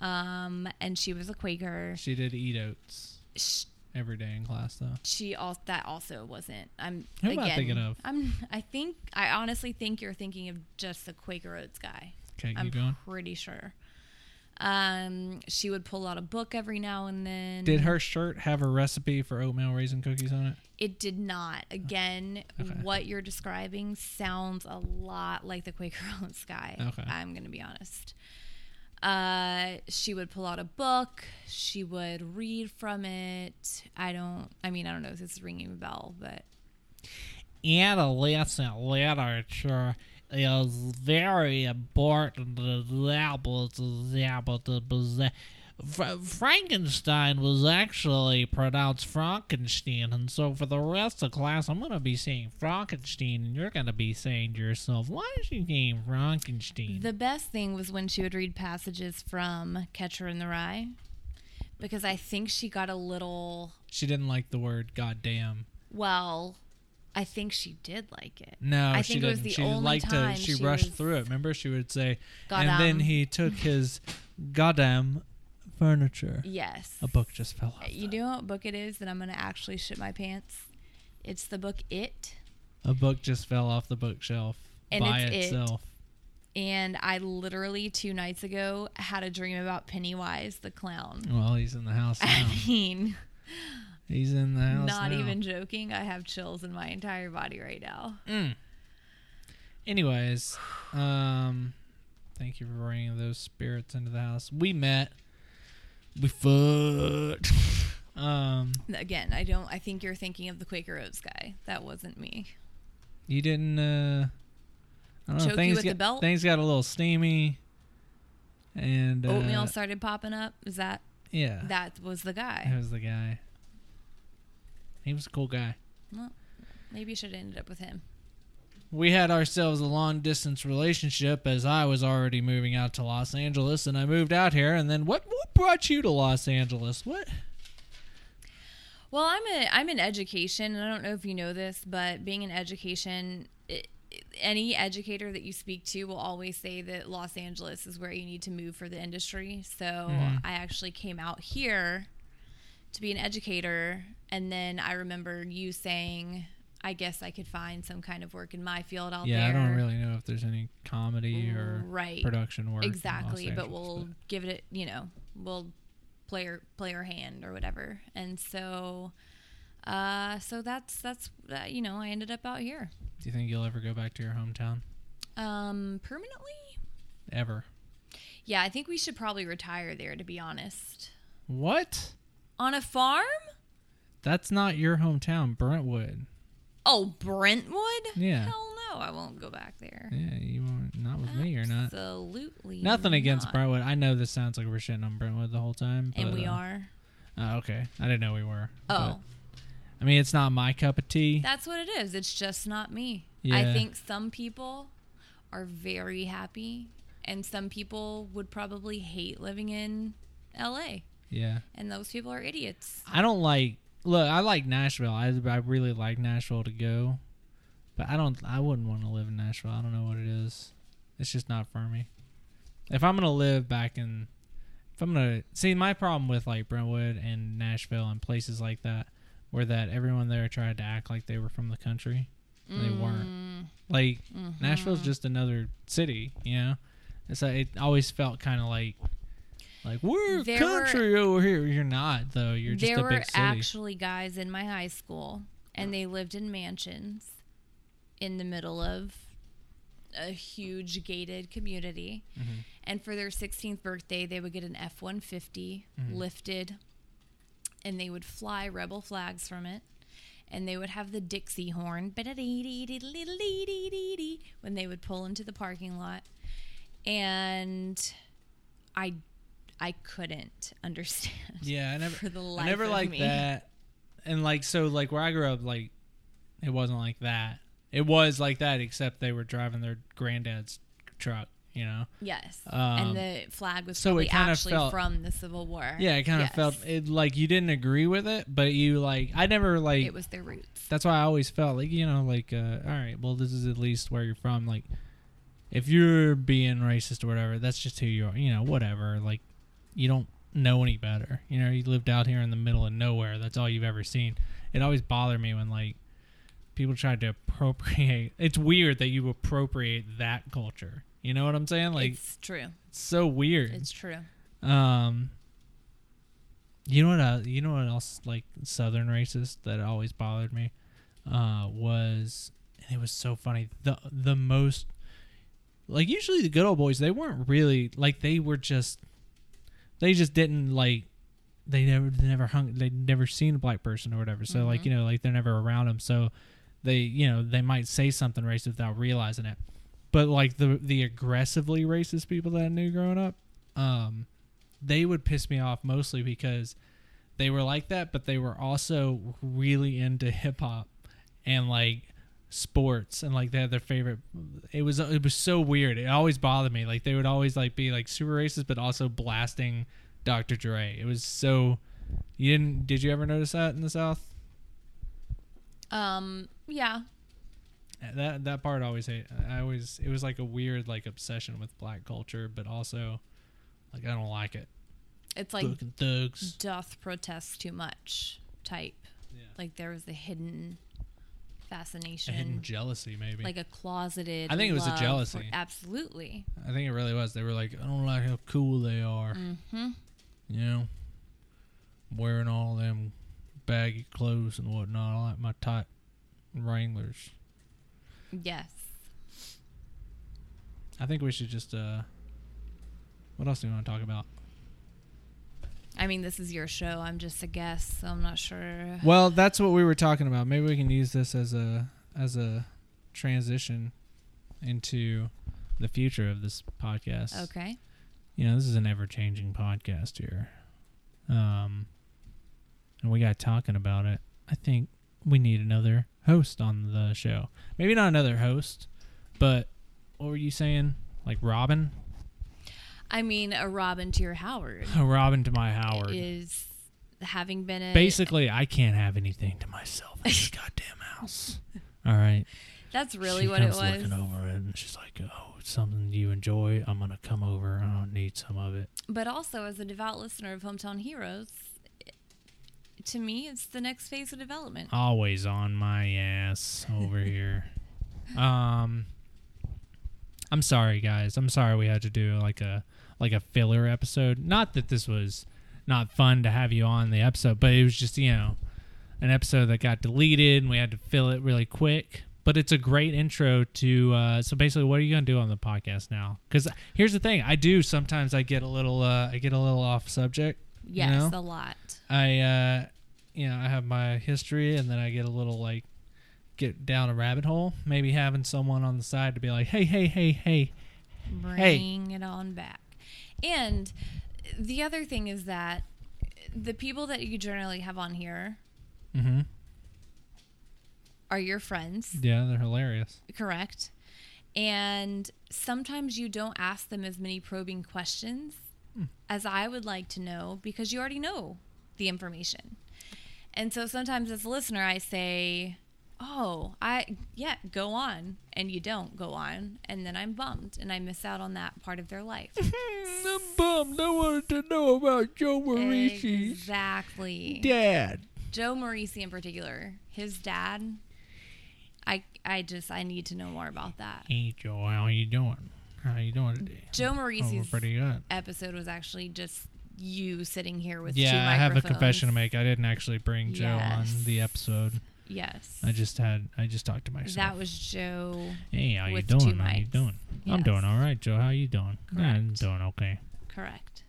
D: Um, and she was a Quaker.
C: she did eat oats
D: Sh-
C: every day in class, though.
D: she also that also wasn't. I'm
C: Who am
D: again,
C: I thinking of?
D: I'm. I think I honestly think you're thinking of just the Quaker Oats guy.
C: Okay,
D: I'm
C: keep going.
D: pretty sure. Um, she would pull out a book every now and then.
C: Did her shirt have a recipe for oatmeal raisin cookies on it?
D: It did not. Again, what you're describing sounds a lot like the Quaker Oats guy.
C: Okay.
D: I'm going to be honest. Uh, she would pull out a book. She would read from it. I don't. I mean, I don't know if this is ringing a bell, but
C: Adolescent literature
B: is very important to the apple to the apple to possess. Fra- Frankenstein was actually pronounced Frankenstein, and so for the rest of class, I'm gonna be saying Frankenstein, and you're gonna be saying to yourself, "Why is she named Frankenstein?"
D: The best thing was when she would read passages from Catcher in the Rye because I think she got a little,
C: She didn't like the word goddamn.
D: well, I think she did like it.
C: No,
D: I
C: she
D: think it
C: didn't.
D: was the
C: she
D: only
C: liked
D: time
C: to. She,
D: she
C: rushed
D: was-
C: through it. Remember, she would say,
D: Goddamn.
C: and then he took his goddamn furniture.
D: Yes.
C: A book just fell off.
D: You know what book it is that I'm going to actually shit my pants? It's the book It,
C: A book just fell off the bookshelf
D: And
C: by
D: it's it.
C: itself.
D: and I literally two nights ago had a dream about Pennywise the clown.
C: Well, he's in the house now.
D: I mean,
C: he's in the house.
D: not
C: Oh. now.
D: even joking. I have chills in my entire body right now.
C: Anyways, um, thank you for bringing those spirits into the house. We met. We fucked. um,
D: Again, I don't. I think you're thinking of the Quaker Oats guy. That wasn't me.
C: you didn't. Uh, I don't know.
D: Choke you
C: Things
D: with
C: got,
D: the belt?
C: Things got a little steamy. And uh,
D: Oatmeal started popping up. Is that
C: Yeah,
D: that was the
C: that
D: guy?
C: was the guy. He was a cool guy.
D: Well, maybe you should have ended up with him.
C: We had ourselves a long distance relationship as I was already moving out to Los Angeles and I moved out here and then what what brought you to Los Angeles? What?
D: Well, I'm a I'm in education, and I don't know if you know this, but being in education, it, it- any educator that you speak to will always say that Los Angeles is where you need to move for the industry. So
C: Mm-hmm.
D: I actually came out here to be an educator, and then I remember you saying, "I guess I could find some kind of work in my field out
C: Yeah, I
D: there."
C: don't really know if there's any comedy or
D: Right.
C: production work. in Los
D: exactly but
C: Angeles,
D: we'll give it a- you know we'll play our, play our hand or whatever and so uh so that's that's uh, you know i ended up out here
C: Do you think you'll ever go back to your hometown?
D: um permanently
C: Ever?
D: yeah i think we should probably retire there to be honest
C: What?
D: on a farm
C: That's not your hometown, Brentwood.
D: oh brentwood
C: Yeah.
D: hell no i won't go back there
C: Yeah, you won't. Not with me, you're not.
D: absolutely
C: Nothing against
D: not.
C: Brentwood. I know this sounds like we're shitting on Brentwood the whole time.
D: and
C: but,
D: we
C: uh,
D: are
C: Oh, okay. I didn't know we were.
D: oh
C: but- I mean, it's not my cup of tea.
D: That's what it is. It's just not me.
C: Yeah.
D: I think some people are very happy, and some people would probably hate living in LA.
C: yeah.
D: And those people are idiots.
C: I don't like. Look, I like Nashville. I, I really like Nashville to go, but I don't. I wouldn't want to live in Nashville. I don't know what it is. It's just not for me. If I'm gonna live back in, if I'm gonna see my problem with like Brentwood and Nashville and places like that, were that everyone there tried to act like they were from the country. and They weren't. Like Nashville's just another city, you know. It's like, it always felt kind of like, like we're
D: There were-
C: country over here. You're not though. You're just
D: there
C: a
D: were
C: big city.
D: actually guys in my high school, and they lived in mansions in the middle of a huge gated community.
C: Mm-hmm.
D: And for their 16th birthday, they would get an F 150
C: Mm-hmm.
D: lifted, and they would fly rebel flags from it. And they would have the Dixie horn when they would pull into the parking lot. And I, I couldn't understand.
C: Yeah, I never
D: for the
C: I
D: life
C: never
D: of
C: liked
D: me.
C: that. And like so like where I grew up like it wasn't like that. It was like that except they were driving their granddad's truck, you know.
D: Yes,
C: Um,
D: and the flag was
C: so
D: so
C: it kinda
D: actually
C: felt-
D: from the Civil War.
C: Yeah, it kind of
D: Yes.
C: felt it like you didn't agree with it, but you like I never like
D: it was their roots.
C: that's why I always felt like you know like uh, all right, well this is at least where you're from like if you're being racist or whatever, that's just who you are, you know, whatever. Like you don't know any better. You know, you lived out here in the middle of nowhere. That's all you've ever seen. It always bothered me when like people tried to appropriate. It's weird that you appropriate that culture. You know what I'm saying? Like it's,
D: it's true.
C: so weird.
D: It's true.
C: Um, you know what? Uh, you know what else? Like Southern racist that always bothered me uh, was, and it was so funny. The the most like usually the good old boys they weren't really like they were just they just didn't like they never they never hung they'd never seen a black person or whatever so like you know like they're never around them so they you know they might say something racist without realizing it but like the the aggressively racist people that I knew growing up, um, they would piss me off mostly because they were like that, but they were also really into hip hop and like sports and like they had their favorite it was it was so weird it always bothered me like they would always like be like super racist but also blasting dr dre it was so you didn't did you ever notice that in the south
D: Um, yeah,
C: that that part always hate i always it was like a weird like obsession with black culture but also like i don't like it
D: it's like
B: Fucking thugs.
D: doth protest too much type.
C: Yeah.
D: Like there was a hidden fascination,
C: a hidden jealousy maybe
D: like a closeted.
C: I think it was a
D: love for-
C: jealousy.
D: absolutely.
C: i think it really was they were like i don't like how cool they are
D: Mm-hmm.
C: you know wearing all them baggy clothes and whatnot i like my tight wranglers
D: Yes.
C: i think we should just uh what else do we want to talk about
D: I mean, this is your show. I'm just a guest, so I'm not sure.
C: well that's what we were talking about maybe we can use this as a as a transition into the future of this podcast
D: Okay.
C: you know, this is an ever changing podcast here. Um, and we got talking about it. I think we need another host on the show. Maybe not another host, but what were you saying? Like Robin?
D: I mean, a Robin to your Howard
C: A Robin to my Howard.
D: is having been a
C: Basically, I can't have anything to myself in this goddamn house. All right.
D: That's really
C: she
D: what it
C: comes
D: was.
C: looking over it and she's like, oh, it's something you enjoy. I'm going to come over. I don't need some of it.
D: But also, as a devout listener of Hometown Heroes, it- to me, it's the next phase of
C: Uh,
D: development.
C: always on my ass over here. Um I'm sorry guys. I'm sorry we had to do like a like a filler episode. Not that this was not fun to have you on the episode, but it was just, you know, an episode that got deleted and we had to fill it really quick. But it's a great intro to uh so basically what are you going to do on the podcast now? Cuz here's the thing, I do sometimes I get a little uh I get a little off subject. you
D: Yes,
C: know?
D: a lot.
C: I uh you know, I have my history and then I get a little like get down a rabbit hole. Maybe having someone on the side to be like, Hey, hey, hey, hey.
D: Bring it on back. And the other thing is that the people that you generally have on here
C: Mm-hmm.
D: are your friends,
C: Yeah, they're hilarious.
D: correct? And sometimes you don't ask them as many probing questions
C: Hmm.
D: as I would like to know because you already know the information. And so sometimes as a listener, I say, Oh, I, yeah, go on. And you don't go on. And then I'm bummed and I miss out on that part of their life.
C: Mm, I'm bummed. I wanted to know about Joe
D: exactly.
C: dad.
D: Joe Morisi in particular, his dad. I, I just, I need to know more about that.
C: Hey Joe, how you doing? How you doing today?
D: Joe
C: Oh, we're
D: Morisi's
C: pretty good.
D: episode was actually just you sitting here with two
C: Yeah, I have a
D: microphones.
C: confession to make. I didn't actually bring Joe on
D: Yes.
C: the episode.
D: Yes.
C: I just had I just talked to myself.
D: That was Joe.
C: Hey, how you
D: with two
C: doing? How you
D: mics.
C: doing? I'm
D: Yes.
C: doing all right, Joe. How you doing? I'm
D: Correct.
C: doing okay.
D: Correct.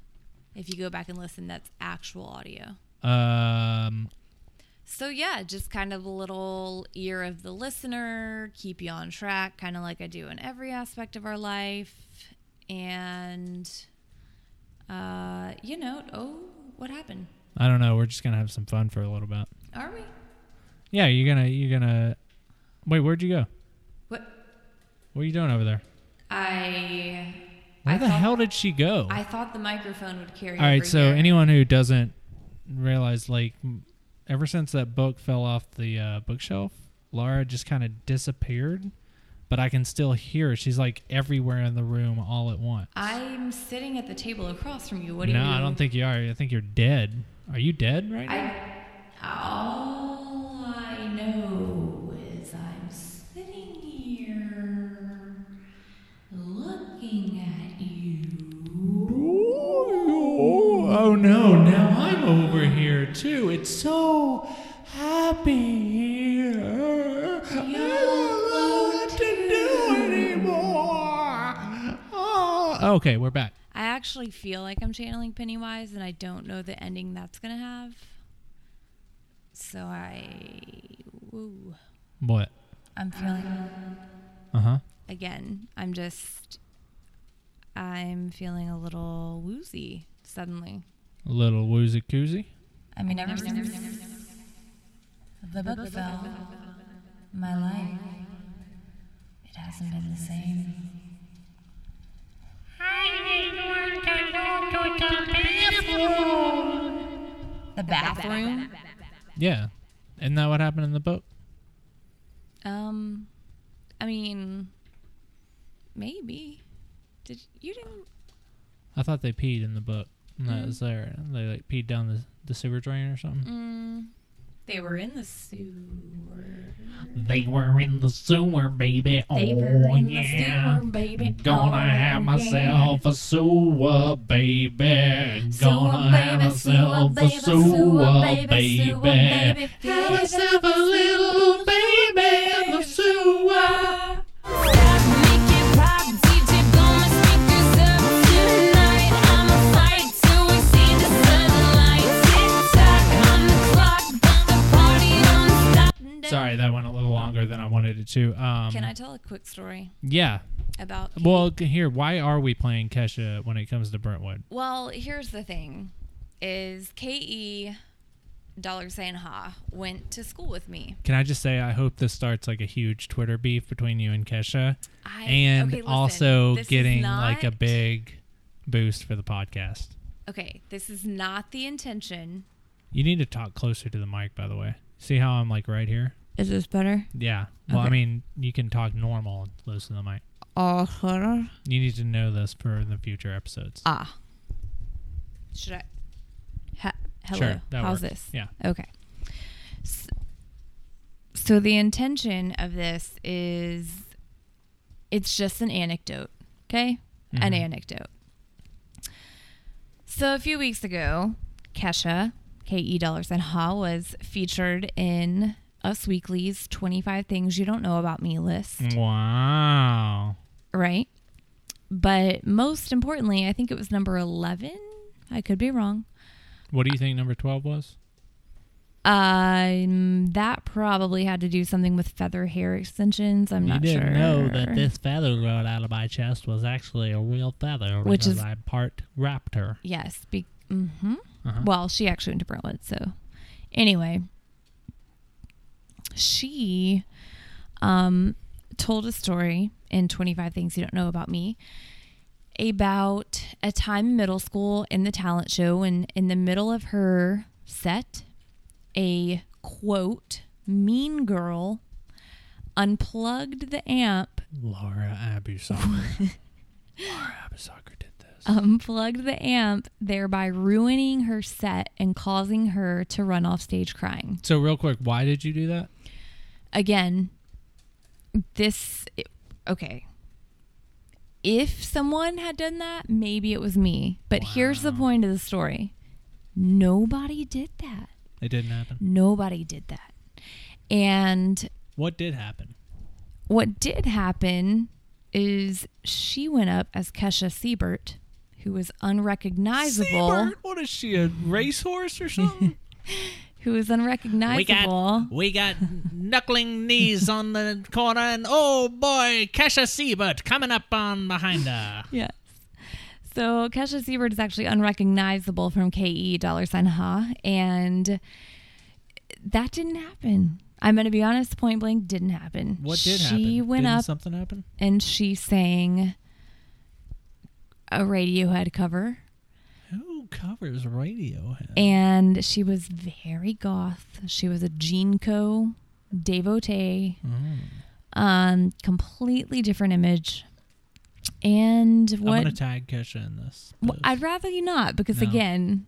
D: If you go back and listen, that's actual audio.
C: Um,
D: So, yeah, just kind of a little ear of the listener, keep you on track, kind of like I do in every aspect of our life. And, uh, you know, oh, what happened?
C: I don't know. We're just gonna have some fun for a little bit.
D: Are we?
C: Yeah, you're gonna you're gonna. Wait, where'd you go?
D: What?
C: What are you doing over there?
D: I.
C: Where
D: I
C: the
D: thought-
C: hell did she go?
D: I thought the microphone would carry.
C: all right,
D: over
C: so
D: here.
C: anyone who doesn't realize, like, m- ever since that book fell off the uh, bookshelf, Laura just kind of disappeared. But I can still hear. her. She's like everywhere in the room all at once.
D: I'm sitting at the table across from you. What do
C: no,
D: you?
C: I don't think you are. I think you're dead. Are you dead right now?
D: I. All I know is I'm sitting here looking at you.
C: Oh, oh no, now I'm over here too. It's so happy here. I don't know what to do anymore. Oh. Okay, we're back.
D: I actually feel like I'm channeling Pennywise, and I don't know the ending that's gonna have. So I. Woo.
C: What?
D: I'm feeling
C: Uh huh.
D: again. I'm just, I'm feeling a little woozy suddenly.
C: Little woozy koozie.
E: I mean, ever since the book fell, my life, it hasn't been the same. I to the bathroom. The bathroom?
C: Yeah. Isn't that what happened in the book?
D: Um, I mean, maybe. Did you didn't?
C: I thought they peed in the book. And that was there. They like peed down the, the sewer drain or something.
E: They were in the sewer.
B: They were in the sewer, baby. Oh
E: They were in
B: yeah.
E: the sewer, baby.
B: Gonna
E: Oh,
B: have myself a sewer, baby.
E: yeah.
B: Gonna have myself a sewer, baby. Have myself a little baby in the sewer.
A: Make it pop, DJ, blow my speakers up tonight. I'ma fight till we see the sunlight. Tick tock on the clock, the party don't stop.
C: Sorry, that went a little longer than I wanted it to. Um,
D: Can I tell a quick story
C: Yeah.
D: about?
C: Well, c- here, why are we playing Kesha when it comes to Brentwood?
D: Well, here's the thing: is Ke Dollar Sign Ha went to school with me.
C: Can I just say, I hope this starts like a huge Twitter beef between you and Kesha,
D: I,
C: and
D: okay, listen,
C: also
D: this is
C: getting
D: not-
C: like a big boost for the podcast.
D: Okay, this is not the intention.
C: You need to talk closer to the mic, by the way. See how I'm like right here?
D: Is this better?
C: Yeah. Well, I
D: Okay.
C: mean, you can talk normal and close to the mic.
D: All
C: You need to know this for the future episodes.
D: Ah. Should I? Ha- hello.
C: Sure, that
D: How's this?
C: works. Yeah.
D: Okay. S- So the intention of this is it's just an anecdote, okay? An anecdote. So a few weeks ago, Kesha, K E dollars and Ha was featured in Us Weekly's 25 Things You Don't Know About Me list
C: Mm. Wow.
D: right? But most importantly, I think it was number 11. I could be wrong.
C: What do you think number 12 was?
D: Um, that probably had to do something with feather hair extensions. I'm
B: You
D: not
B: didn't
D: sure.
B: know that this feather growing out of my chest was actually a real feather,
D: Which
B: because
D: is-
B: I'm part raptor.
D: Yes. Be- hmm Well, she actually went to Brentwood. So, anyway, she um, told a story in 25 Things You Don't Know About Me about a time in middle school in the talent show. And in the middle of her set, a quote, mean girl unplugged the amp
C: Laura Abusucker. Laura Abusucker did this.
D: unplugged the amp, thereby ruining her set and causing her to run off stage crying.
C: So, real quick, why did you do that?
D: Again, this, okay. If someone had done that, maybe it was me. But here's the point of the story nobody did that.
C: It didn't happen.
D: Nobody did that. And
C: What did happen?
D: what did happen is she went up as Kesha Siebert, who was unrecognizable.
C: Seabird? What is she, a racehorse or something?
D: Who was unrecognizable.
B: We got we got knuckling knees on the corner, and oh boy, Kesha Siebert coming up on behind her.
D: Yes. So Kesha Siebert is actually unrecognizable from KE dollar sign ha, and that didn't happen. I'm going to be honest, point blank, didn't happen.
C: What did
D: she
C: happen?
D: She went
C: Didn't
D: up
C: something happen?
D: and she sang a Radiohead cover,
C: Who covers Radiohead?
D: and she was very goth. She was a Jeanco devotee,
C: Hmm.
D: um, completely different image. And what?
C: I'm going to tag Kesha in this.
D: Well,
C: because-
D: I'd rather you not because
C: No.
D: again,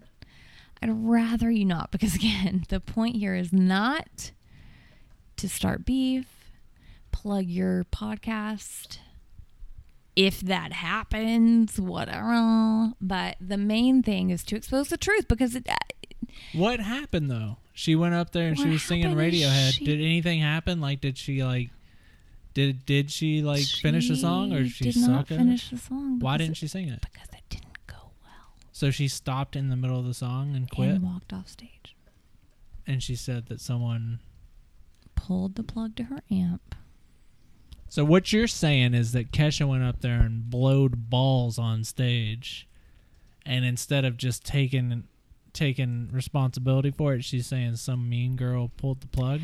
D: I'd rather you not because again, the point here is not to start beef, plug your podcast. If that happens, whatever. But the main thing is to expose the truth because it, uh,
C: What happened though? She went up there and she
D: What
C: was singing
D: happened is
C: Radiohead.
D: she-
C: Did anything happen? Like, did she like? Did did she like finish the song or she
D: did not
C: suck at it?
D: finish the song.
C: Why
D: because
C: didn't
D: it-
C: she sing it?
D: Because it didn't go well.
C: So she stopped in the middle of the song and quit,
D: And walked off stage,
C: and she said that someone.
D: pulled the plug to her amp,
C: So what you're saying is that Kesha went up there and blowed balls on stage, and instead of just taking taking responsibility for it, she's saying some mean girl pulled the plug.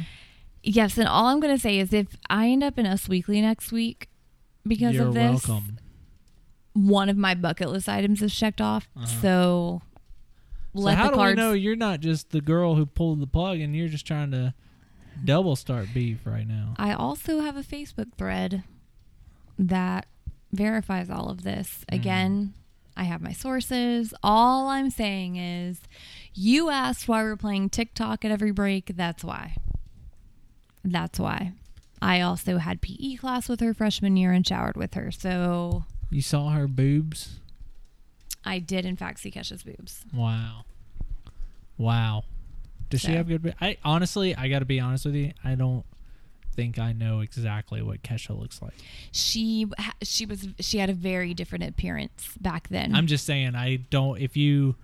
D: Yes, and all I'm going to say is if I end up in Us Weekly next week because
C: you're
D: of this,
C: welcome.
D: one of my bucket list items is checked off. So let
C: so Uh-huh. how
D: the
C: do
D: cards.
C: we know you're not just the girl who pulled the plug and you're just trying to double start beef right now?
D: I also have a Facebook thread that verifies all of this.
C: Mm.
D: Again, I have my sources. All I'm saying is you asked why we're playing TikTok at every break. That's why. That's why. I also had PE class with her freshman year and showered with her. So
C: You saw her boobs.
D: I did, in fact, see Kesha's boobs.
C: Wow. Wow. Does she
D: So-
C: have good bo- I honestly, I got to be honest with you, I don't think I know exactly what Kesha looks like.
D: She ha- she was she had a very different appearance back then.
C: I'm just saying I don't if you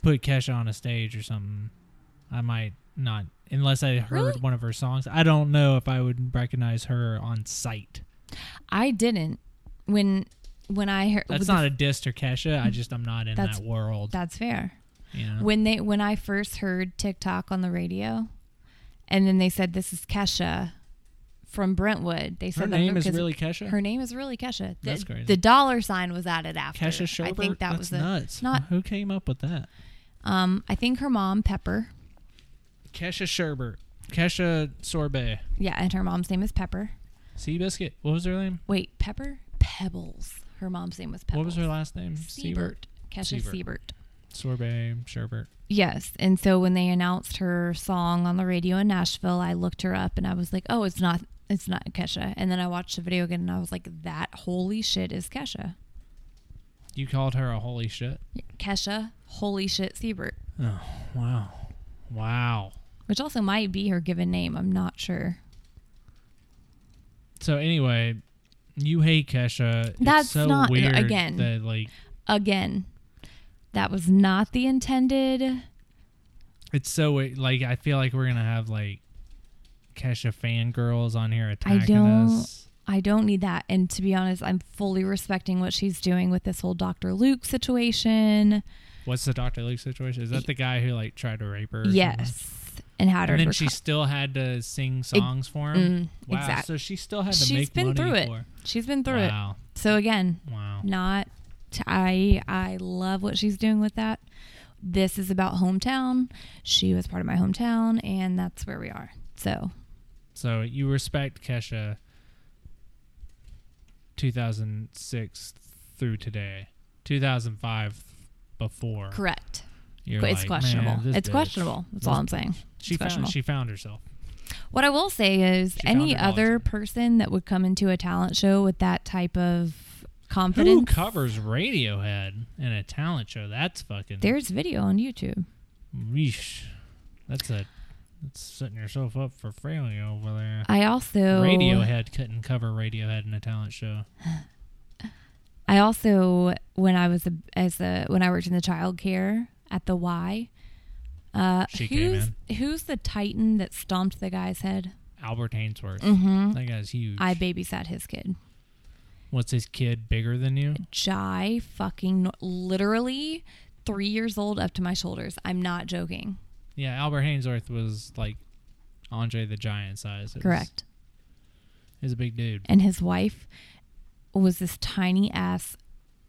C: put Kesha on a stage or something, I might not unless I heard
D: Really?
C: one of her songs. I don't know if I would recognize her on sight.
D: I didn't when when I heard
C: That's not a diss to Kesha. I just I'm not in
D: That's-
C: that world.
D: that's fair.
C: you know?
D: when they when I first heard TikTok on the radio, and then they said this is Kesha from Brentwood. They
C: her
D: said that
C: name is
D: 'cause
C: really Kesha.
D: her name is really Kesha. The,
C: That's crazy.
D: The dollar sign was added after.
C: Kesha Sherbert.
D: I think that
C: That's
D: was the,
C: nuts.
D: Not
C: Who came up with that?
D: um. I think her mom Pepper.
C: Kesha Sherbert. Kesha Sorbet.
D: Yeah, and her mom's name is Pepper.
C: Seabiscuit. What was her name?
D: Wait, Pepper Pebbles. Her mom's name was Pebbles.
C: What was her last name?
D: Siebert. Kesha
C: Siebert.
D: Siebert.
C: Sorbet Sherbert.
D: Yes. And so when they announced her song on the radio in Nashville, I looked her up and I was like, oh, it's not, it's not Kesha. And then I watched the video again and I was like, that holy shit is Kesha.
C: You called her a holy shit.
D: Kesha, holy shit Siebert,
C: Oh wow, wow.
D: which also might be her given name. I'm not sure.
C: So anyway, you hate Kesha. It's
D: That's
C: so
D: not-
C: weird
D: again.
C: That like
D: Again, that was not the intended.
C: it's so we- like I feel like we're gonna have like Kesha fangirls on here
D: I
C: attacking
D: don't.
C: us.
D: I don't need that. And to be honest, I'm fully respecting what she's doing with this whole Dr. Luke situation.
C: What's the Dr. Luke situation? Is that the guy who like tried to rape her? or something?
D: Yes. And had her
C: And then
D: reco-
C: she still had to sing songs for him.
D: mm,
C: wow.
D: exact-
C: So she still had to
D: She's
C: make
D: been
C: money
D: through it.
C: for.
D: She's been through it.
C: wow.
D: So again,
C: Wow.
D: not I I love what she's doing with that. This is about hometown. She was part of my hometown and that's where we are. So,
C: So you respect Kesha 2006 through today, 2005 before.
D: correct.
C: You're
D: it's
C: like,
D: questionable.
C: "Man, this
D: It's
C: bitch."
D: questionable. That's all I'm saying.
C: She
D: it's questionable.
C: found, she found herself.
D: what I will say is
C: She found
D: any
C: her dollar
D: other
C: sign.
D: person that would come into a talent show with that type of
C: Who
D: confidence
C: covers Radiohead in a talent show? That's fucking.
D: there's video on YouTube.
C: Yeesh. That's a. That's setting yourself up for failure over there.
D: I also
C: Radiohead couldn't cover Radiohead in a talent show.
D: I also, when I was a, as a when I worked in the child care at the Y, uh,
C: She came
D: who's who's the Titan that stomped the guy's head?
C: Albert Hainsworth.
D: Mm-hmm.
C: That guy's huge.
D: I babysat his kid.
C: What's his kid bigger than you?
D: Jai fucking no- literally three years old up to my shoulders. I'm not joking.
C: Yeah, Albert Hainsworth was like Andre the Giant size. It was-
D: Correct.
C: He's a big dude.
D: And his wife was this tiny ass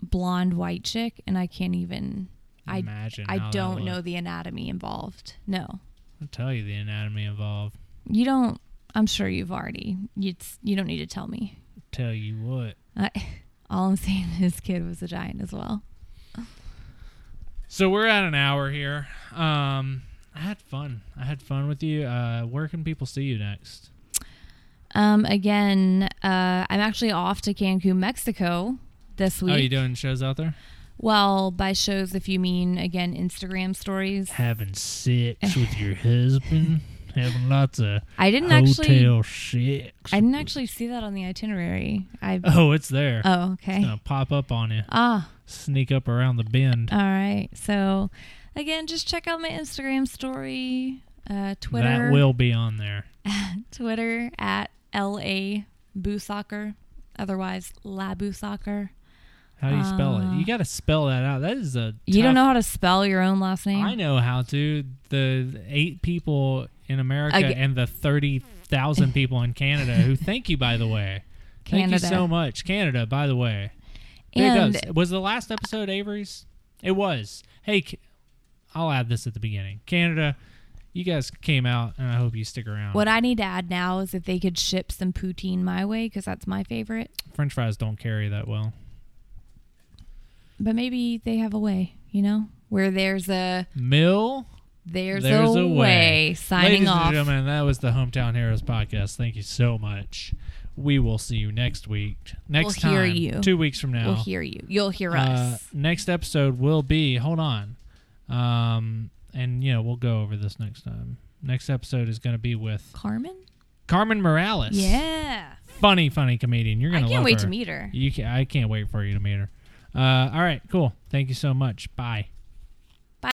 D: blonde white chick, and I can't even. I
C: Imagine.
D: I
C: how that
D: don't know
C: looked.
D: the anatomy involved. No.
C: I'll tell you the anatomy involved.
D: You don't. I'm sure you've already. You you don't need to tell me.
C: Tell you what.
D: I, all I'm saying is, kid was a giant as well.
C: So we're at an hour here. Um, I had fun. I had fun with you. Uh, where can people see you next?
D: Um, again, uh, I'm actually off to Cancun, Mexico this
C: Oh, you
D: week.
C: doing shows out there?
D: well, by shows, if you mean again Instagram stories,
C: Having sex with your husband. Having lots of
D: I didn't actually.
C: sex.
D: I didn't actually see that on the itinerary. I
C: Oh, it's there.
D: oh okay
C: Gonna pop up on you.
D: ah
C: Sneak up around the bend.
D: all right. So again, just check out my Instagram story, uh, Twitter.
C: That will be on there.
D: Twitter at LA Boo soccer, otherwise Labu soccer.
C: How do you spell
D: Uh,
C: it? You got to spell that out. That is a.
D: You don't
C: tough-
D: know how to spell your own last name?
C: I know how to. The eight people in America
D: Ag-
C: and the thirty thousand people in Canada who thank you. By the way, thank you
D: Canada.
C: so much, Canada. By the way,
D: And
C: it does. Was the last episode Avery's? It was. Hey, Ca- I'll add this at the beginning. Canada, you guys came out, and I hope you stick around.
D: what I need to add now is if they could ship some poutine my way because that's my favorite.
C: French fries don't carry that well.
D: But maybe they have a way, you know, where there's a
C: Mill.
D: there's,
C: There's
D: a,
C: a
D: way.
C: way.
D: Signing
C: Ladies
D: off.
C: and gentlemen, that was the Hometown Heroes podcast. Thank you so much. We will see you next week. Next
D: We'll hear
C: time,
D: you.
C: two weeks from now.
D: We'll hear you. You'll hear
C: Uh,
D: us.
C: next episode will be. Hold on, um, and you know we'll go over this next time. Next episode is going to be with
D: Carmen?
C: Carmen Morales.
D: Yeah.
C: funny, funny comedian. You're
D: I
C: going to
D: can't
C: love
D: wait to
C: her.
D: meet her.
C: You can, I can't wait for you to meet her. Uh, all right, cool. Thank you so much. Bye.